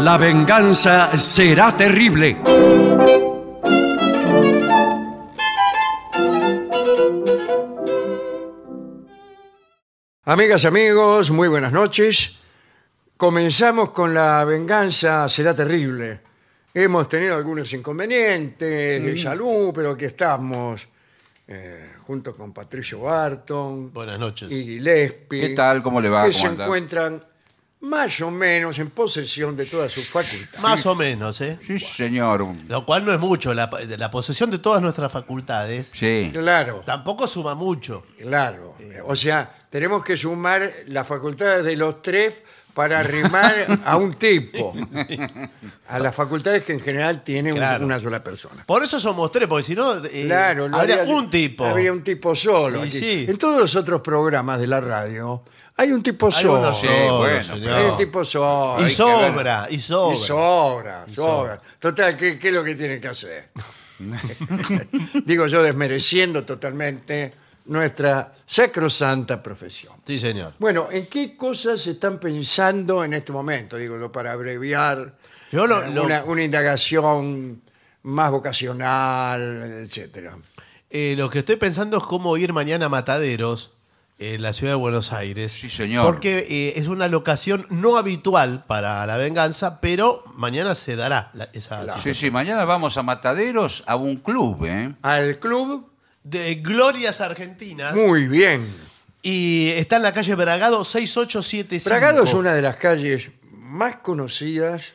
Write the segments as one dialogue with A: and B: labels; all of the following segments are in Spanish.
A: La venganza será terrible.
B: Amigas, amigos, muy buenas noches. Comenzamos con la venganza, será terrible. Hemos tenido algunos inconvenientes de salud, pero aquí estamos, eh, junto con Patricio Barton
C: Buenas noches.
B: y Gillespie.
D: ¿Qué tal? ¿Cómo le va?
B: Que
D: ¿Cómo
B: se
D: anda?
B: encuentran más o menos en posesión de todas sus facultades.
C: Más o menos, ¿eh?
D: Sí, señor.
C: Lo cual no es mucho. La, la posesión de todas nuestras facultades
D: Sí.
B: Claro,
C: tampoco suma mucho.
B: claro. O sea, tenemos que sumar las facultades de los tres para arrimar a un tipo. A las facultades que en general tiene un-
C: Claro.
B: una sola persona.
C: Por eso somos tres, porque si no, eh,
B: Claro, no
C: habría
B: habría-
C: un tipo.
B: Habría un tipo solo.
C: Y
B: aquí.
C: sí.
B: En todos los otros programas de la radio hay un tipo
C: Hay
B: solo.
C: uno
D: Sí,
C: solo,
D: bueno,
C: señor.
B: Hay un tipo solo.
C: Y
D: Hay que
C: sobra, y
B: Y
C: sobra.
B: sobra, sobra. Total, ¿qué, qué es lo que tienen que hacer? Digo yo, desmereciendo totalmente nuestra sacrosanta profesión.
C: Sí, señor.
B: Bueno, ¿en qué cosas están pensando en este momento? Digo yo, para abreviar
C: Yo lo-
B: eh,
C: lo-
B: Una, una indagación más vocacional, etcétera.
C: Eh, lo que estoy pensando es cómo ir mañana a Mataderos, en la ciudad de Buenos Aires.
D: Sí, señor.
C: Porque eh, es una locación no habitual para la venganza, pero mañana se dará la- esa
D: Sí,
C: situación.
D: sí, mañana vamos a Mataderos a un club, ¿eh?
B: Al club,
C: De Glorias Argentinas.
B: muy bien.
C: Y está en la calle Bragado 6875.
B: Bragado es una de las calles más conocidas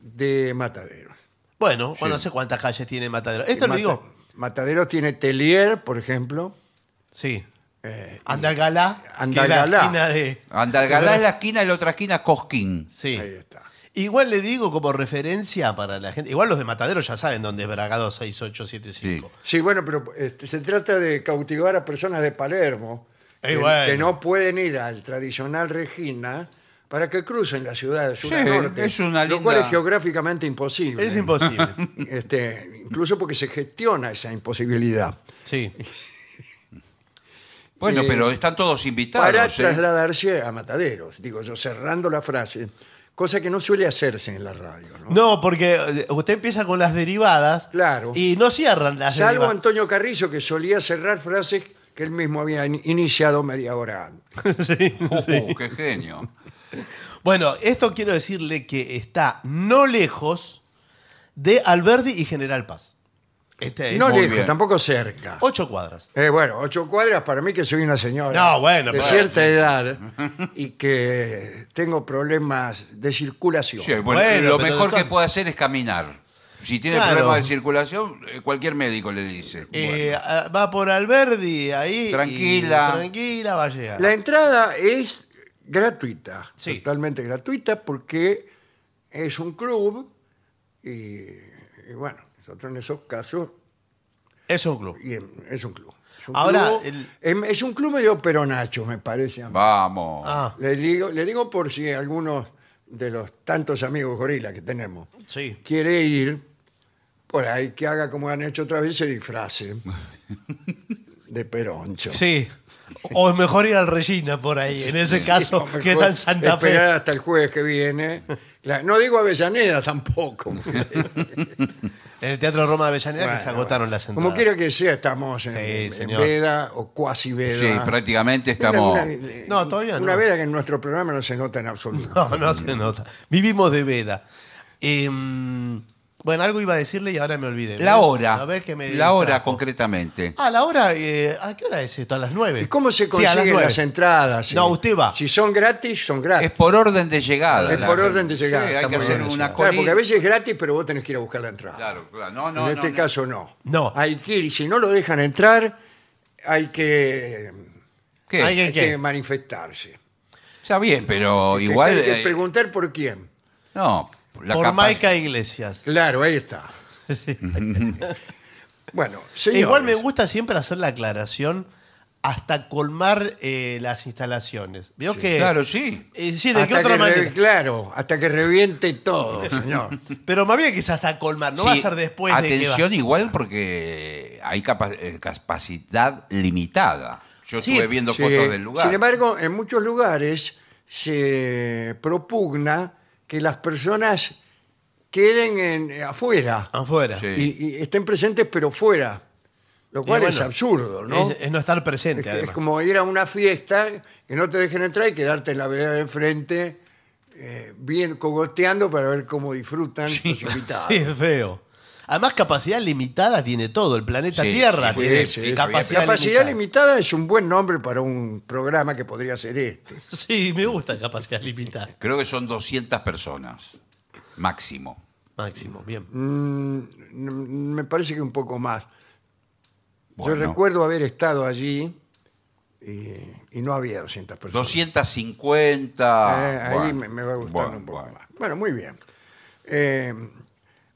B: de Mataderos.
C: Bueno, bueno, no sé cuántas calles tiene Matadero. Esto lo
B: Mata-
C: digo.
B: Mataderos tiene Telier, por ejemplo.
C: Sí. Andalgalá. que es
B: Eh,
C: la
B: Andalgalá.
C: esquina de-
D: Andalgalá es la esquina y la otra esquina Cosquín.
C: Sí.
B: Ahí está.
C: Igual le digo como referencia para la gente. Igual los de Matadero ya saben dónde es Bragado 6875.
B: Sí, bueno, pero este, se trata de cautivar a personas de Palermo
C: Eh,
B: que,
C: bueno.
B: que no pueden ir al tradicional Regina para que crucen la ciudad de sur a
D: Sí,
B: norte,
D: es una
B: lo cual
D: linda-
B: es geográficamente imposible.
C: Es imposible.
B: Este, incluso porque se gestiona esa imposibilidad.
C: Sí.
D: Bueno,
B: Eh,
D: pero están todos
B: para
D: invitados, ¿eh?
B: trasladarse a mataderos, digo yo, cerrando la frase, cosa que no suele hacerse en la radio. ¿no?
C: No, porque eh, usted empieza con las derivadas.
B: Claro.
C: Y no cierran las
B: Salvo
C: derivadas.
B: Antonio Carrizo, que solía cerrar frases que él mismo había in- iniciado media hora antes.
C: Sí,
D: Uh,
C: sí.
D: ¡Qué genio!
C: Bueno, esto quiero decirle que está no lejos de Alberdi y General Paz. Este es
B: No
D: muy
B: lejos,
D: bien.
B: tampoco cerca.
C: ocho cuadras.
B: Eh, bueno, ocho cuadras para mí que soy una señora
C: No, bueno,
B: de
C: pero-
B: cierta edad y que tengo problemas de circulación.
D: Sí, bueno,
C: Bueno,
D: lo
C: pero
D: mejor
C: de todas-
D: que puede hacer es caminar. Si tiene
C: Claro.
D: problemas de circulación, eh, cualquier médico le dice.
C: Eh, a- va por Alberdi ahí. y
D: Tranquila.
C: tranquila, va a llegar.
B: La entrada es gratuita,
C: Sí.
B: totalmente gratuita porque es un club y, y bueno, nosotros en esos casos
C: Es un club.
B: y en- es un club. Es un
C: Ahora,
B: club-
C: el-
B: em- es un club medio peronacho, me parece. a mí.
D: Vamos.
C: Ah,
B: Le digo, le digo por si algunos de los tantos amigos gorila que tenemos
C: sí.
B: quiere ir, por ahí que haga como han hecho otra vez, se disfrace de peroncho.
C: Sí. O es mejor ir al Regina por ahí, en ese
B: O
C: caso,
B: mejor
C: que está en Santa
B: Esperar
C: Fe.
B: hasta el jueves que viene. La- no digo Avellaneda tampoco.
C: En el Teatro Roma de Avellaneda, que se
B: Bueno,
C: agotaron las entradas.
B: Como quiera que sea, estamos en, en
C: señor.
B: veda o cuasi veda.
D: Sí, prácticamente
B: Una-
D: estamos...
B: una-
C: No, todavía no.
B: Una veda que en nuestro programa no se nota en absoluto.
C: No, no se nota. Vivimos de veda. Em, bueno, algo iba a decirle y ahora me olvidé.
D: La
C: ¿Ves?
D: hora.
C: A ver qué me
D: la hora,
C: distrajo.
D: concretamente.
C: Ah, la hora, eh, ¿a qué hora es esto? A las nueve.
B: ¿Y cómo se
C: Sí, a las
B: consiguen
C: nueve.
B: las entradas?
C: No, usted va.
B: Si son gratis, son gratis.
D: Es por orden de llegada.
B: Es
D: la-
B: por orden de llegada.
D: Sí, hay
B: está
D: que
B: muy
D: hacer
B: bien.
D: una
B: Claro,
D: colita.
B: porque a veces es gratis, pero vos tenés que ir a buscar la entrada.
D: Claro, claro. No, no,
B: en
D: no,
B: este
D: no.
B: caso no.
C: No.
B: Hay que ir, si no lo dejan entrar, hay que,
D: ¿Qué?
C: Hay
B: hay
C: que-
B: que manifestarse.
D: Está bien, pero igual.
B: Hay que
D: eh,
B: preguntar por quién.
D: no, la
C: Por
D: capa-
C: Maica Iglesias. E
B: Claro, ahí está. bueno, señores,
C: Igual me gusta siempre hacer la aclaración hasta colmar eh, las instalaciones. Veo que.
D: Claro, sí.
C: Eh, sí, de qué
B: hasta
C: otra
B: que re-
C: manera.
B: claro, hasta que reviente todo, señor.
C: Pero más bien que es hasta colmar, no va a
D: Sí,
C: ser después de que va.
D: Atención, igual porque hay capa- eh, capacidad limitada. Yo
C: Sí,
D: estuve viendo
B: Sí.
D: fotos del lugar.
B: Sin embargo, en muchos lugares se propugna que las personas queden en- afuera
C: Afuera.
D: Sí.
B: y, y estén presentes pero fuera, lo cual es
C: bueno,
B: absurdo, ¿no?
C: Es, es no estar presente,
B: Es, que- es
C: además.
B: como ir a una fiesta que no te dejen entrar y quedarte en la vereda de enfrente, eh, bien cogoteando para ver cómo disfrutan los invitados.
C: Sí, es feo. Además, capacidad limitada tiene todo. El planeta
D: Sí,
C: Tierra
D: sí,
C: tiene
D: sí, sí,
C: capacidad,
B: Capacidad
C: limitada.
B: limitada es un buen nombre para un programa que podría ser este.
C: Sí, me gusta capacidad limitada.
D: Creo que son 200 personas, máximo.
C: Máximo, bien.
B: Mm, Me parece que un poco más. Yo
D: Bueno,
B: recuerdo haber estado allí y, y no había 200 personas. Eh,
D: 250.
B: ahí
D: Ah, bueno,
B: me, me va gustando
D: bueno,
B: un poco
D: bueno.
B: más. Bueno, muy bien. Eh,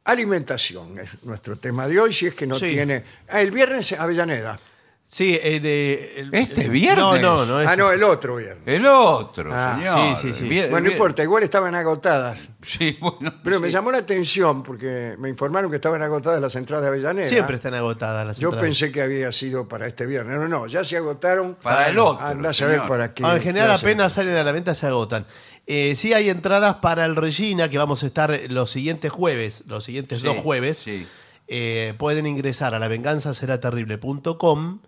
B: alimentación es nuestro tema de hoy, si es que no
C: Sí.
B: tiene... Ah, el viernes Avellaneda.
C: Sí, el, eh, el-
D: Este viernes.
C: No, no, no. Es,
B: Ah, no, el otro viernes.
D: El otro,
B: Ah,
D: señor.
C: sí, sí, sí.
D: Bien,
B: Bueno, no
D: bien.
B: importa, igual estaban agotadas.
D: Sí, bueno.
B: Pero me
D: sí.
B: llamó la atención porque me informaron que estaban agotadas las entradas de Avellaneda.
C: Siempre están agotadas las
B: Yo
C: entradas.
B: pensé que había sido para este viernes. No, no, ya se agotaron.
D: Para el otro,
B: Andá a saber
D: señor.
B: para qué.
C: Ah, en general
B: clase.
C: apenas salen a la venta se agotan. Eh, sí hay entradas para el Regina, que vamos a estar los siguientes jueves, los siguientes
D: Sí,
C: dos jueves.
D: sí.
C: Eh, pueden ingresar a lavenganzaseraterrible.com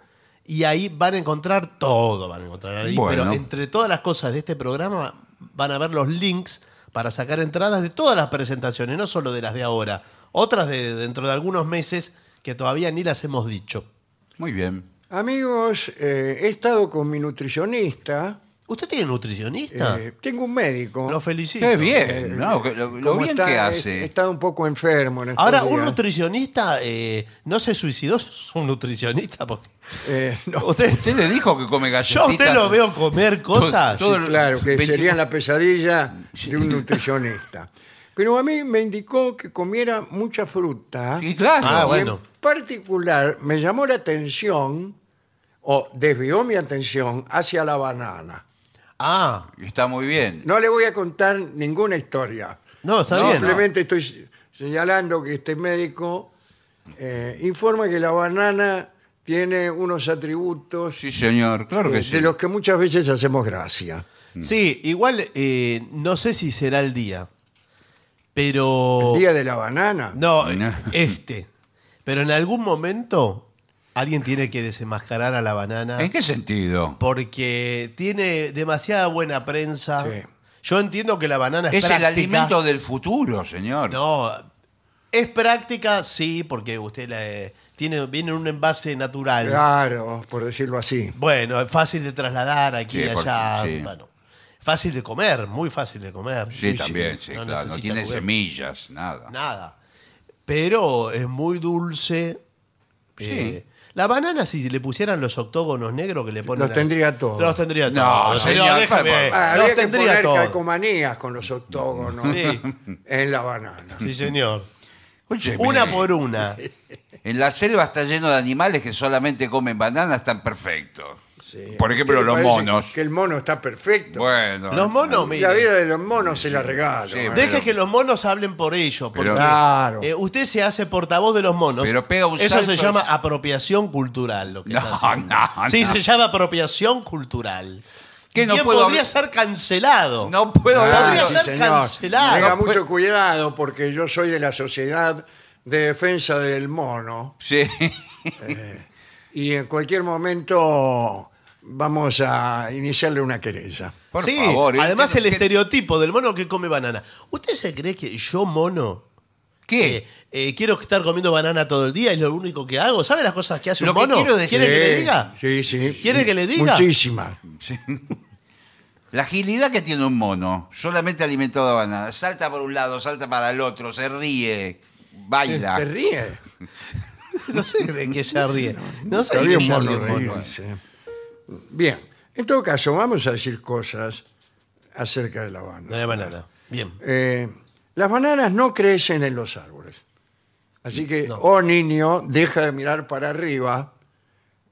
C: y ahí van a encontrar todo, van a encontrar ahí.
D: Bueno.
C: Pero entre todas las cosas de este programa van a ver los links para sacar entradas de todas las presentaciones, no solo de las de ahora, otras de dentro de algunos meses que todavía ni las hemos dicho.
D: Muy bien.
B: Amigos, eh, he estado con mi nutricionista.
C: ¿Usted tiene nutricionista?
B: eh, tengo un médico.
C: Ah. Lo felicito.
D: Qué bien, ¿no? Que Lo, lo
B: Como
D: bien
B: Eh, está,
D: que
B: He,
D: hace.
B: estado un poco enfermo. en estos
C: Ahora, un
B: días.
C: nutricionista eh, no se suicidó, es un nutricionista. Porque
B: Eh, no,
C: usted,
D: Usted le dijo que come galletitas.
C: yo a usted lo veo comer cosas.
D: todo
B: sí,
D: lo-
B: claro, que
D: 21.
B: sería la pesadilla de un nutricionista. Pero a mí me indicó que comiera mucha fruta.
D: Y claro.
C: Ah, bueno.
B: En particular, me llamó la atención, o desvió mi atención, hacia la banana.
C: Ah,
D: Está muy bien.
B: No le voy a contar ninguna historia.
C: no, está bien.
B: Simplemente estoy señalando que este médico eh, informa que la banana tiene unos atributos
D: Sí, señor, claro
B: eh,
D: que sí.
B: de los que muchas veces hacemos gracia.
C: Sí, igual eh, no sé si será el día, pero...
B: Día de la banana.
C: No,
D: Oh. No.
C: este. Pero en algún momento alguien tiene que desenmascarar a la banana.
D: ¿En qué sentido?
C: Porque tiene demasiada buena prensa.
B: Sí.
C: Yo entiendo que la banana es,
D: Es el
C: práctica.
D: alimento del futuro, señor.
C: No, es práctica, sí, porque usted la, eh, tiene, viene en un envase natural.
D: Ah.
B: Claro, por decirlo así.
C: Bueno, es fácil de trasladar aquí y
D: Sí, por
C: allá.
D: su- sí.
C: bueno. fácil de comer, muy fácil de comer.
D: Sí, también, sí, claro. No
C: necesita
D: tiene
C: comer
D: semillas, nada.
C: Nada. Pero es muy dulce.
D: Sí.
C: Eh, la banana, si le pusieran los octógonos negros que le ponen.
B: Los
C: a-
B: tendría todos.
C: Los tendría
D: No,
C: todos.
D: señor,
C: déjame.
D: por
B: Ah,
C: los
B: habría que
C: tendría
B: poner
C: todos.
B: calcomanías con los octógonos
C: Sí.
B: en la banana.
C: Sí, señor.
D: Óyeme,
C: Una por una.
D: En la selva está lleno de animales que solamente comen bananas tan perfectos.
B: Sí.
D: Por ejemplo,
B: Me
D: los
B: parece
D: monos.
B: Que el mono está perfecto.
D: Bueno. eh,
C: Los monos,
B: la
C: mire.
B: vida de los monos se la regalo.
D: Sí,
B: ¿eh?
D: de-
C: Deje que los monos hablen por ellos. Porque,
D: Ah,
B: Claro.
D: Pero-
C: eh, usted se hace portavoz de los monos.
D: Pero pega un
C: Eso se
D: salto-
C: llama apropiación cultural. Lo que
D: No,
C: está haciendo.
D: no,
C: Sí,
D: no.
C: se llama apropiación cultural.
D: ¿Qué, no
C: Bien,
D: puedo
C: podría
D: hablar?
C: ser cancelado.
D: No puedo
B: Claro,
D: hablar.
C: Podría
B: Ah, sí,
C: ser
B: señor.
C: cancelado.
B: Tenga
D: No, pues-
B: mucho cuidado porque yo soy de la Sociedad de Defensa del Mono
D: Sí.
B: y en cualquier momento vamos a iniciarle una querella.
D: Por
C: sí,
D: favor. ¿eh?
C: además
D: ¿Qué-
C: el
D: qué-
C: estereotipo del mono que come banana. ¿Usted se cree que yo, mono, eh,
D: ¿Qué?
C: eh, quiero estar comiendo banana todo el día y lo único que hago? ¿Sabe las cosas que hace
D: Lo
C: un
D: que
C: mono?
D: quiero decir-
C: ¿Quiere que le
B: Sí,
C: diga?
B: Sí, sí.
C: ¿Quiere que le diga?
B: Muchísimas.
D: La agilidad que tiene un mono, solamente alimentado de bananas. Salta por un lado, salta para el otro, se ríe,
C: Ah.
D: baila.
B: Se ríe.
C: No sé de qué se ríe. No sé
B: Está
C: de
B: bien,
C: qué se
B: mono,
C: ríe un mono.
B: reírse. Bien, en todo caso, vamos a decir cosas acerca de la
C: De
B: banana.
C: la banana. Bien.
B: Eh, las bananas no crecen en los árboles. Así que, oh niño, deja de mirar para arriba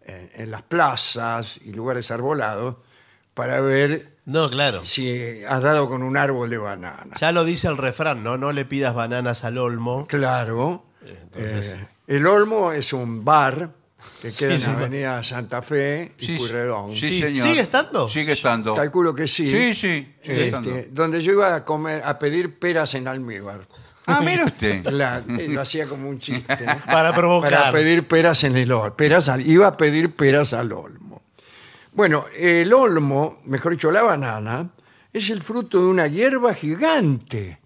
B: eh, en las plazas y lugares arbolados para ver
C: No, claro.
B: si has dado con un árbol de banana.
C: Ya lo dice el refrán, ¿no? No le pidas bananas al olmo.
B: Claro.
C: Entonces,
B: eh, el olmo es un bar que queda en
C: sí, bueno.
B: la avenida Santa Fe y
D: Sí,
B: Pueyrredón.
D: sí,
C: Sí.
D: señor.
C: ¿Sigue estando?
D: Sigue estando.
B: Calculo que sí.
D: Sí, sí, sigue
B: Este,
D: estando.
B: donde yo iba a comer, a pedir peras en almíbar.
D: Ah, mire usted.
B: La- eh, lo hacía como un chiste. ¿no?
C: Para provocar.
B: Para pedir peras en el olmo. Peras al- iba a pedir peras al olmo. Bueno, el olmo, mejor dicho, la banana, es el fruto de una hierba gigante.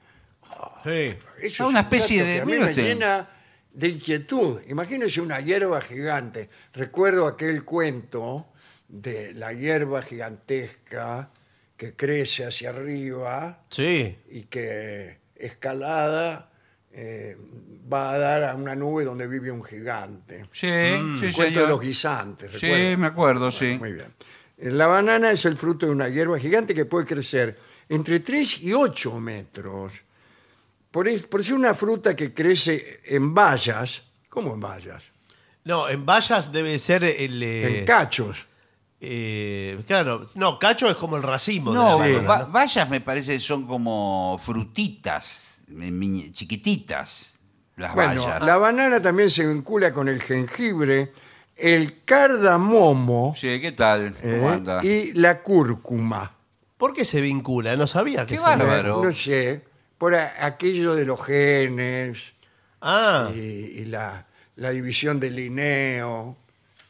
C: Sí.
B: Eso es
D: Ah, una
B: un
D: especie
B: dato
D: de-
B: que a mí
D: mire
B: me
D: usted.
B: llena de inquietud. Imagínense una hierba gigante. Recuerdo aquel cuento de la hierba gigantesca que crece hacia arriba
C: Sí.
B: y que escalada eh, va a dar a una nube donde vive un gigante.
D: Sí, sí,
B: El cuento de
D: señor.
B: los guisantes.
D: Sí,
B: ¿recuerda?
D: me acuerdo, sí.
B: Muy bien. Eh, La banana es el fruto de una hierba gigante que puede crecer entre 3 y 8 metros. Por, es- por ser una fruta que crece en vallas, ¿cómo en vallas?
C: No, en vallas debe ser el. eh,
B: En cachos.
C: eh, claro, no, cacho es como el racimo. de
D: No,
C: la
B: Sí.
C: banana,
D: va-
C: ¿no?
D: vallas me parece son como frutitas, eh, mi- mi- chiquititas, las
B: Bueno,
D: vallas.
B: la banana también se vincula con el jengibre, el cardamomo
D: Sí, ¿qué tal? ¿Cómo
B: ¿eh?
D: anda?
B: y la cúrcuma.
C: ¿Por qué se vincula? No sabía que
D: Qué
C: se
D: bárbaro.
B: Eh, No sé, por a- aquello de los genes
C: Ah,
B: y, y la, la división del lineo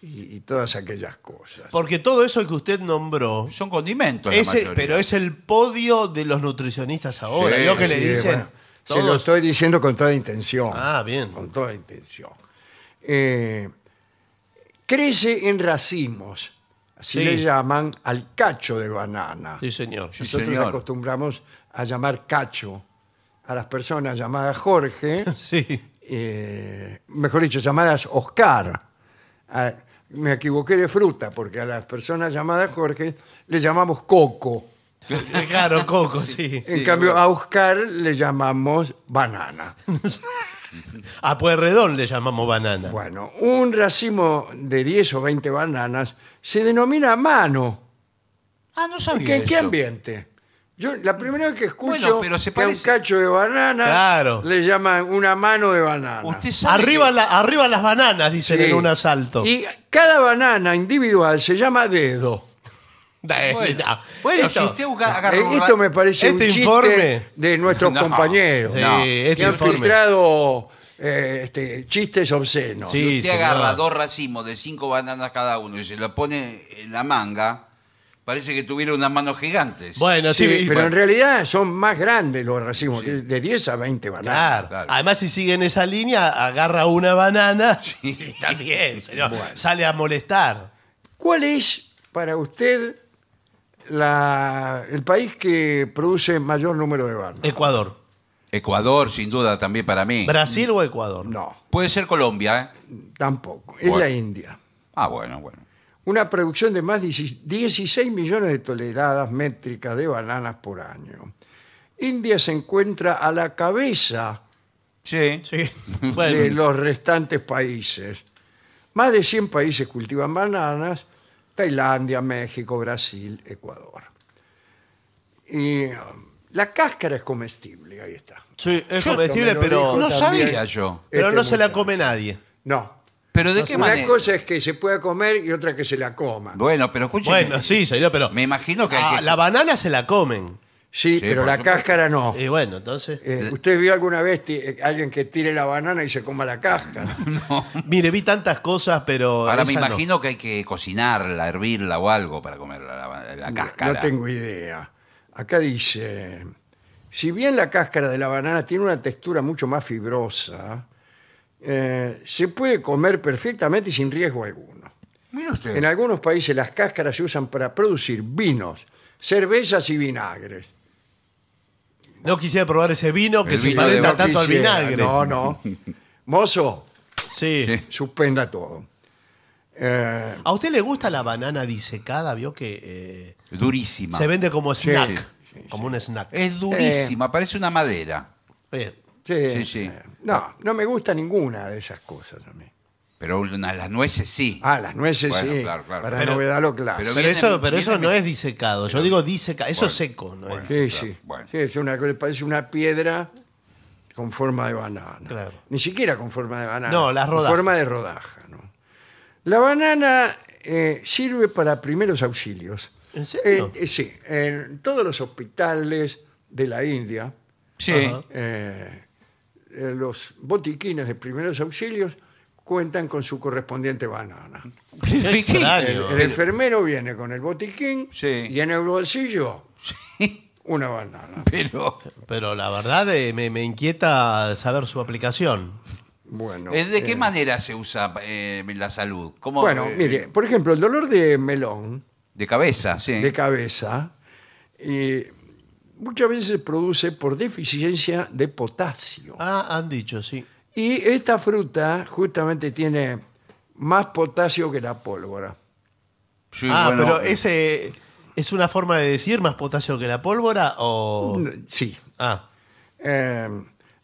B: y, y todas aquellas cosas.
C: porque todo eso que usted nombró.
D: Son condimentos la
C: es el-
D: mayoría.
C: pero es el podio de los nutricionistas ahora.
D: Sí,
C: Lo que le
B: Sí,
C: dicen.
B: bueno,
C: todos-
B: Se lo estoy diciendo con toda intención.
C: Ah, bien.
B: Con toda intención. Eh, crece en racimos, así
C: Sí.
B: le llaman al cacho de banana.
C: Sí, señor.
D: Sí,
B: Nosotros
D: señor.
B: acostumbramos a llamar cacho a las personas llamadas Jorge.
C: Sí.
B: eh, mejor dicho, llamadas Oscar. Ah, me equivoqué de fruta, porque a las personas llamadas Jorge le llamamos Coco.
C: Claro, Coco, sí.
B: En cambio, a Oscar le llamamos banana.
C: A Puerredón le llamamos banana.
B: Bueno, un racimo de 10 o 20 bananas se denomina mano.
D: Ah, no
B: ¿En
D: sabía
B: qué, en qué
D: eso.
B: ambiente? Yo la primera vez que escucho
D: Bueno, pero se
B: que a un
D: parece-
B: cacho de banana
C: Claro.
B: le llaman una mano de banana.
D: Usted sabe
C: Arriba,
D: que-
C: la- arriba las bananas, dicen
B: Sí.
C: en un asalto.
B: Y cada banana individual se llama dedo.
C: Eh,
D: Bueno,
C: no.
D: bueno,
C: Esto-
D: si usted busca- agarra
B: Eh,
D: un
B: esto
D: ra-
B: me parece un
C: Este
B: chiste
C: informe-
B: de nuestros
D: No,
B: compañeros
C: Sí,
D: No,
B: que
C: este
B: han
C: informe.
B: filtrado eh, este, chistes obscenos.
C: Sí,
D: usted
C: señor.
D: agarra dos racimos de cinco bananas cada uno y se lo pone en la manga, parece que tuviera unas manos gigantes.
C: Bueno, sí,
B: Sí,
C: y-
B: pero en
C: bueno,
B: realidad son más grandes los racimos, que de 10 a 20 bananas.
C: claro.
D: claro.
C: Además, si sigue en esa línea, agarra una banana. también, señor. Sale a molestar.
B: ¿Cuál es para usted la- el país que produce mayor número de
C: Eh,
B: bananas?
C: Ecuador.
D: Ecuador, sin duda, también para mí.
C: ¿Brasil o Ecuador?
B: No,
D: Puede ser Colombia, ¿eh?
B: tampoco. Es
D: Bueno.
B: la India.
D: Ah, bueno, bueno.
B: Una producción de más de 16 millones de toneladas métricas de bananas por año. India se encuentra a la cabeza
D: Sí.
C: Sí.
B: de
C: Bueno,
B: los restantes países. Más de 100 países cultivan bananas, Tailandia, México, Brasil, Ecuador. Y eh, la cáscara es comestible, ahí está.
C: sí, es
B: Yo
C: comestible,
B: esto me lo
C: pero,
B: dijo
D: No
B: también
D: sabía yo.
C: pero
B: este
C: no se la
B: muchacho.
C: come nadie.
B: No.
D: Pero ¿de qué
B: Una
D: manera?
B: cosa es que se pueda comer y otra que se la coma.
D: Bueno, pero escúcheme.
C: Bueno, sí, señor, pero.
D: Me imagino que hay
C: Ah,
D: que-
C: La banana se la comen.
B: Sí,
D: Sí,
B: pero
D: por
B: la
D: supuesto.
B: cáscara no.
C: Y bueno, entonces.
B: Eh, ¿Usted vio alguna vez ti- eh, alguien que tire la banana y se coma la cáscara?
C: Mire, vi tantas cosas, pero.
D: Ahora me
C: esa no.
D: imagino que hay que cocinarla, hervirla o algo para comer la, la- la cáscara.
B: No tengo idea. Acá dice, si bien la cáscara de la banana tiene una textura mucho más fibrosa, eh, se puede comer perfectamente y sin riesgo alguno.
D: Mire usted.
C: Eh.
B: En algunos países las cáscaras se usan para producir vinos, cervezas y vinagres.
C: No quisiera probar ese vino que
D: El
C: se
D: vino de
C: parenta
D: vaca.
C: tanto al
B: quisiera,
C: vinagre.
B: No, no. Mozo,
C: Sí.
B: suspenda todo. Eh,
C: ¿A usted le gusta la banana disecada? Vio que eh,
D: Durísima.
C: se vende como snack.
D: sí, Eh,
C: como un snack.
D: Es
B: Eh.
D: durísima, parece una madera.
C: Bien.
B: Sí,
D: Sí, sí.
B: No, no me gusta ninguna de esas cosas a mí.
D: Pero una- las nueces sí.
B: Ah, las nueces
D: Bueno,
B: sí.
D: claro, claro.
B: Para
C: Pero-
B: novedad lo claro.
D: pero
C: Pero,
D: viene-
C: eso, pero eso
D: viene-
C: no es disecado. Yo digo disecado. Eso es seco. No es
D: bueno.
B: sí,
D: sí,
B: sí.
D: claro, bueno.
B: Sí, es una cosa, parece una piedra con forma de banana.
C: Claro.
B: Ni siquiera con forma de banana.
C: No, las
B: con
C: rodajas.
B: forma de rodaja, ¿no? La banana eh, sirve para primeros auxilios.
C: ¿En serio?
B: Eh, eh, sí, en todos los hospitales de la India,
D: Sí.
C: Ajá.
B: eh, eh, los botiquines de primeros auxilios cuentan con su correspondiente banana.
D: Pero, ¿y qué?
B: El,
C: extraño.
B: el enfermero viene con el botiquín
D: Sí.
B: y en el bolsillo una banana.
D: Pero
C: Pero la verdad eh, me, me inquieta saber su aplicación.
B: Bueno,
D: eh, ¿de
B: eh,
D: qué manera se usa eh, la salud? ¿Cómo,
B: bueno,
D: eh,
B: mire, por ejemplo, el dolor de melón,
D: De cabeza, sí.
B: de cabeza, eh, muchas veces se produce por deficiencia de potasio.
C: Ah, han dicho, sí.
B: Y esta fruta justamente tiene más potasio que la pólvora.
D: Sí,
C: ah,
D: bueno,
C: pero
D: eh,
C: ese es una forma de decir más potasio que la pólvora
D: Oh.
C: o...
B: Sí.
C: Ah,
B: Eh,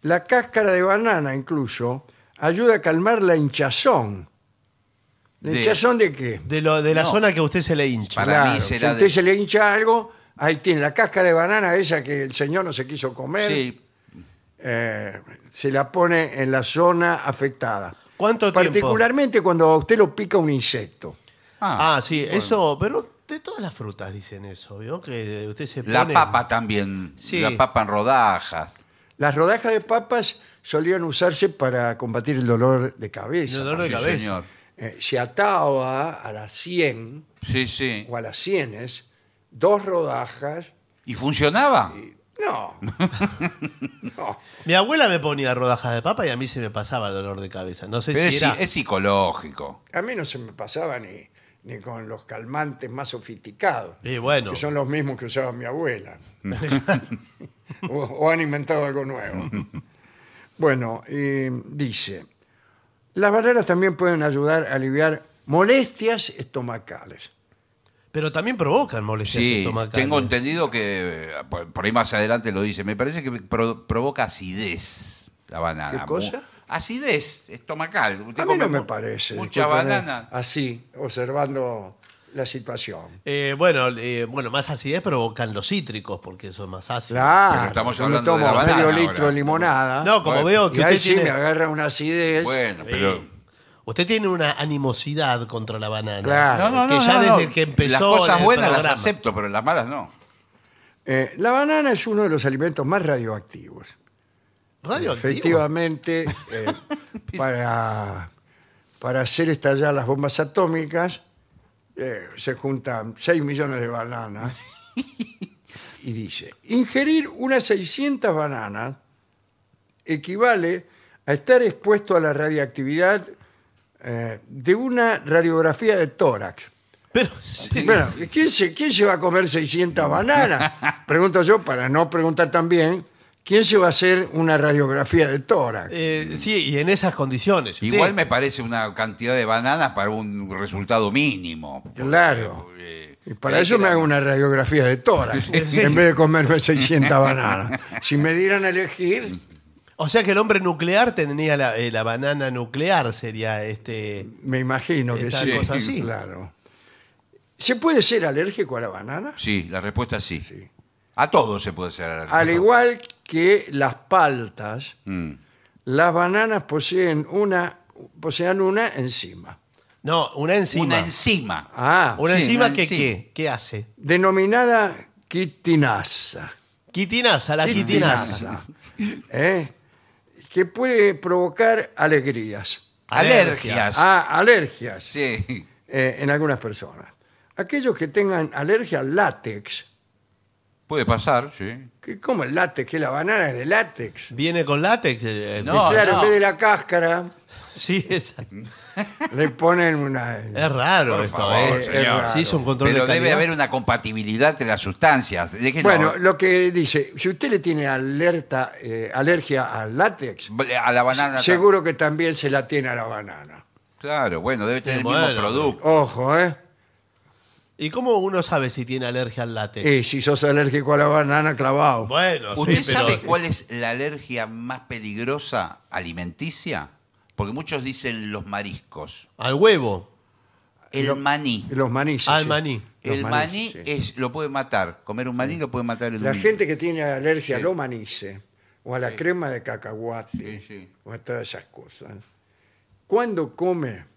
B: la cáscara de banana incluso ayuda a calmar la hinchazón. ¿La
D: De-
B: hinchazón de qué?
C: de, lo, de la
D: No.
C: zona que a usted se le hincha.
D: Para mí
B: si
D: será
B: a usted
D: de-
B: se le hincha algo, ahí tiene la cáscara de banana esa que el señor no se quiso comer,
D: Sí.
B: eh, se la pone en la zona afectada.
C: ¿Cuánto tiempo?
B: Particularmente cuando a usted lo pica un insecto.
D: Ah,
C: Ah, sí, eso, pero de todas las frutas dicen eso, ¿vio? Que usted se
D: la
C: pone-
D: papa también.
C: Sí.
D: La papa en rodajas.
B: Las rodajas de papas solían usarse para combatir el dolor de cabeza.
C: El dolor de
D: Sí,
C: cabeza.
D: señor.
B: Eh, se ataba a la sien
D: Sí, sí.
B: o a las sienes dos rodajas.
D: ¿Y funcionaba?
B: No. no.
C: Mi abuela me ponía rodajas de papa y a mí se me pasaba el dolor de cabeza. No sé
D: Pero
C: si
D: es,
C: era...
D: es psicológico.
B: A mí no se me pasaba ni, ni con los calmantes más sofisticados,
C: Y bueno,
B: que son los mismos que usaba mi abuela. o, o han inventado algo nuevo. Bueno, eh, dice, las bananas también pueden ayudar a aliviar molestias estomacales.
C: pero también provocan molestias
D: Sí,
C: estomacales.
D: tengo entendido que eh, por, por ahí más adelante lo dice. Me parece que pro- provoca acidez la banana.
B: ¿Qué cosa?
D: Mu- Acidez estomacal. Usted
B: A mí
D: come
B: no me
D: mu-
B: parece. ¿eh?
D: Mucha
B: discúlpeme,
D: banana.
B: Así, observando la situación.
C: Eh, bueno, eh, bueno, más acidez provocan los cítricos porque son más ácidos.
B: Claro,
D: Pero estamos
B: yo
D: hablando
B: me tomo
D: de la
B: medio
D: banana
B: litro
D: ahora.
B: de limonada.
C: No, como
D: Bueno,
C: veo que
B: y ahí
C: usted
B: sí me
C: tiene,
B: agarra una acidez.
D: Bueno, pero.
C: usted tiene una animosidad contra la banana.
B: Claro.
D: No, no,
C: que
D: no,
C: ya
D: no, no.
C: desde que empezó
D: Las
C: en
D: cosas
C: el
D: buenas las
C: programa.
D: acepto, pero las malas no.
B: Eh, la banana es uno de los alimentos más radioactivos.
C: Radioactivo.
B: Efectivamente, eh, para, para hacer estallar las bombas atómicas, eh, se juntan 6 millones de bananas. Y dice, ingerir unas 600 bananas equivale a estar expuesto a la radiactividad eh, de una radiografía de tórax.
C: Pero sí,
B: Bueno, ¿quién se, ¿quién se va a comer 600 bananas? Pregunto yo, para no preguntar también, ¿quién se va a hacer una radiografía de tórax?
C: eh, sí, y en esas condiciones. si usted-
D: Igual me parece una cantidad de bananas para un resultado mínimo.
B: Claro.
D: Eh,
B: Y para eso me hago una radiografía de tórax, en vez de comerme 600 bananas. Si me dieran a elegir,
C: O sea que el hombre nuclear tenía la, eh, la banana nuclear, sería este.
B: me imagino que
C: Esta
B: sí.
C: cosa así.
B: Claro. ¿Se puede ser alérgico a la banana?
D: Sí, la respuesta es sí. A todo se puede hacer alérgico.
B: Al igual que las paltas,
D: Mm.
B: las bananas poseen una, posean una enzima.
C: No, una enzima.
D: Una enzima.
B: Ah,
C: Una
D: Sí,
C: enzima
D: una
C: que
D: enzima.
C: qué? ¿Qué hace?
B: denominada quitinasa.
C: Quitinasa, la quitinasa.
B: ¿eh? Que puede provocar alegrías.
D: Alergias.
B: Ah, alergias
D: Sí.
B: eh, en algunas personas. Aquellos que tengan alergia al látex,
D: Puede pasar, sí.
B: que como el látex, que la banana es de látex.
C: Viene con látex. eh, eh,
D: No.
B: claro, en vez de la cáscara,
C: Sí, es,
B: le ponen una. eh.
C: es raro
D: Por
C: esto.
D: favor,
C: eh.
D: señor.
C: Se hizo un control
D: Pero
C: de calidad.
D: debe haber una compatibilidad entre las sustancias. Déjelo.
B: Bueno, lo que dice, si usted le tiene alerta, eh, alergia al látex,
D: a la banana. tam-
B: seguro que también se la tiene a la banana.
D: Claro, bueno, debe tener el
C: Bueno.
D: mismo producto.
B: Ojo, ¿eh?
C: ¿Y cómo uno sabe si tiene alergia al látex?
B: Eh, si sos alérgico a la banana, clavado.
C: Bueno, sí,
D: ¿Usted
C: pero- eh,
D: sabe cuál es la alergia más peligrosa alimenticia? Porque muchos dicen los mariscos.
C: Al huevo,
D: El maní.
B: Los manís.
C: al
B: sí.
C: maní.
B: los
D: El maní
B: maní, sí.
D: es, lo puede matar. Comer un maní lo puede matar el
B: La
D: un-
B: gente que tiene alergia a los manices o a la
D: Sí.
B: crema de cacahuate
D: Sí, sí.
B: o a todas esas cosas, cuando come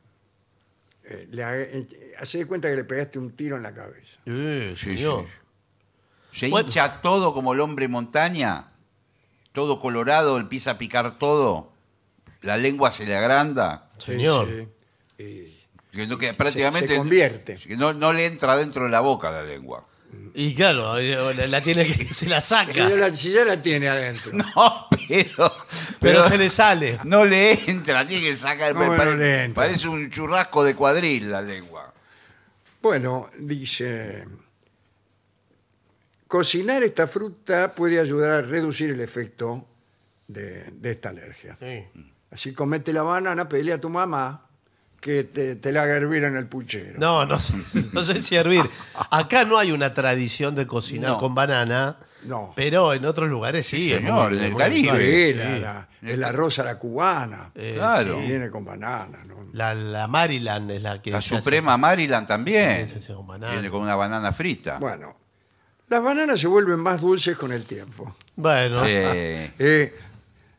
B: eh, le ha- eh, hace de cuenta que le pegaste un tiro en la cabeza.
C: Eh,
D: Sí,
C: señor.
D: Se
C: Bueno.
D: hincha todo como el hombre montaña, todo colorado, empieza a picar todo, la lengua se le agranda,
B: Sí,
C: Señor.
B: sí. Y
D: que, no- que
B: se,
D: prácticamente
B: se convierte.
D: que no, no le entra dentro de la boca la lengua.
C: Y claro, eh, la la tiene que. Se la
B: Si
C: saca.
B: ya, la, si ya la tiene adentro.
D: No, pero,
C: Pero
D: pero
C: se le sale.
D: no le entra, tiene que sacar.
B: ¿Cómo no
D: pare-
B: le entra?
D: Parece un churrasco de cuadril la lengua.
B: Bueno, dice, cocinar esta fruta puede ayudar a reducir el efecto de, de esta alergia.
C: Sí.
B: Así comete la banana, pedile a tu mamá que te, te la haga hervir en el puchero.
C: No, no sé, no sé si hervir. Acá no hay una tradición de cocinar
D: No.
C: con banana.
B: No.
C: Pero en otros lugares sí.
D: Sí,
C: es muy-
D: señor,
C: es
D: en el
C: muy
D: Caribe.
C: habitual.
B: Sí, la-
D: sí.
B: la- el arroz a la cubana.
C: Eh,
D: claro.
B: que Viene con banana, ¿no?
C: La, la Maryland es la que.
D: La
C: se hace-
D: Suprema Maryland también.
C: Sí, sí, sí, con banana.
D: Viene con una banana frita.
B: Bueno, las bananas se vuelven más dulces con el tiempo.
C: Bueno.
D: Sí.
B: Eh,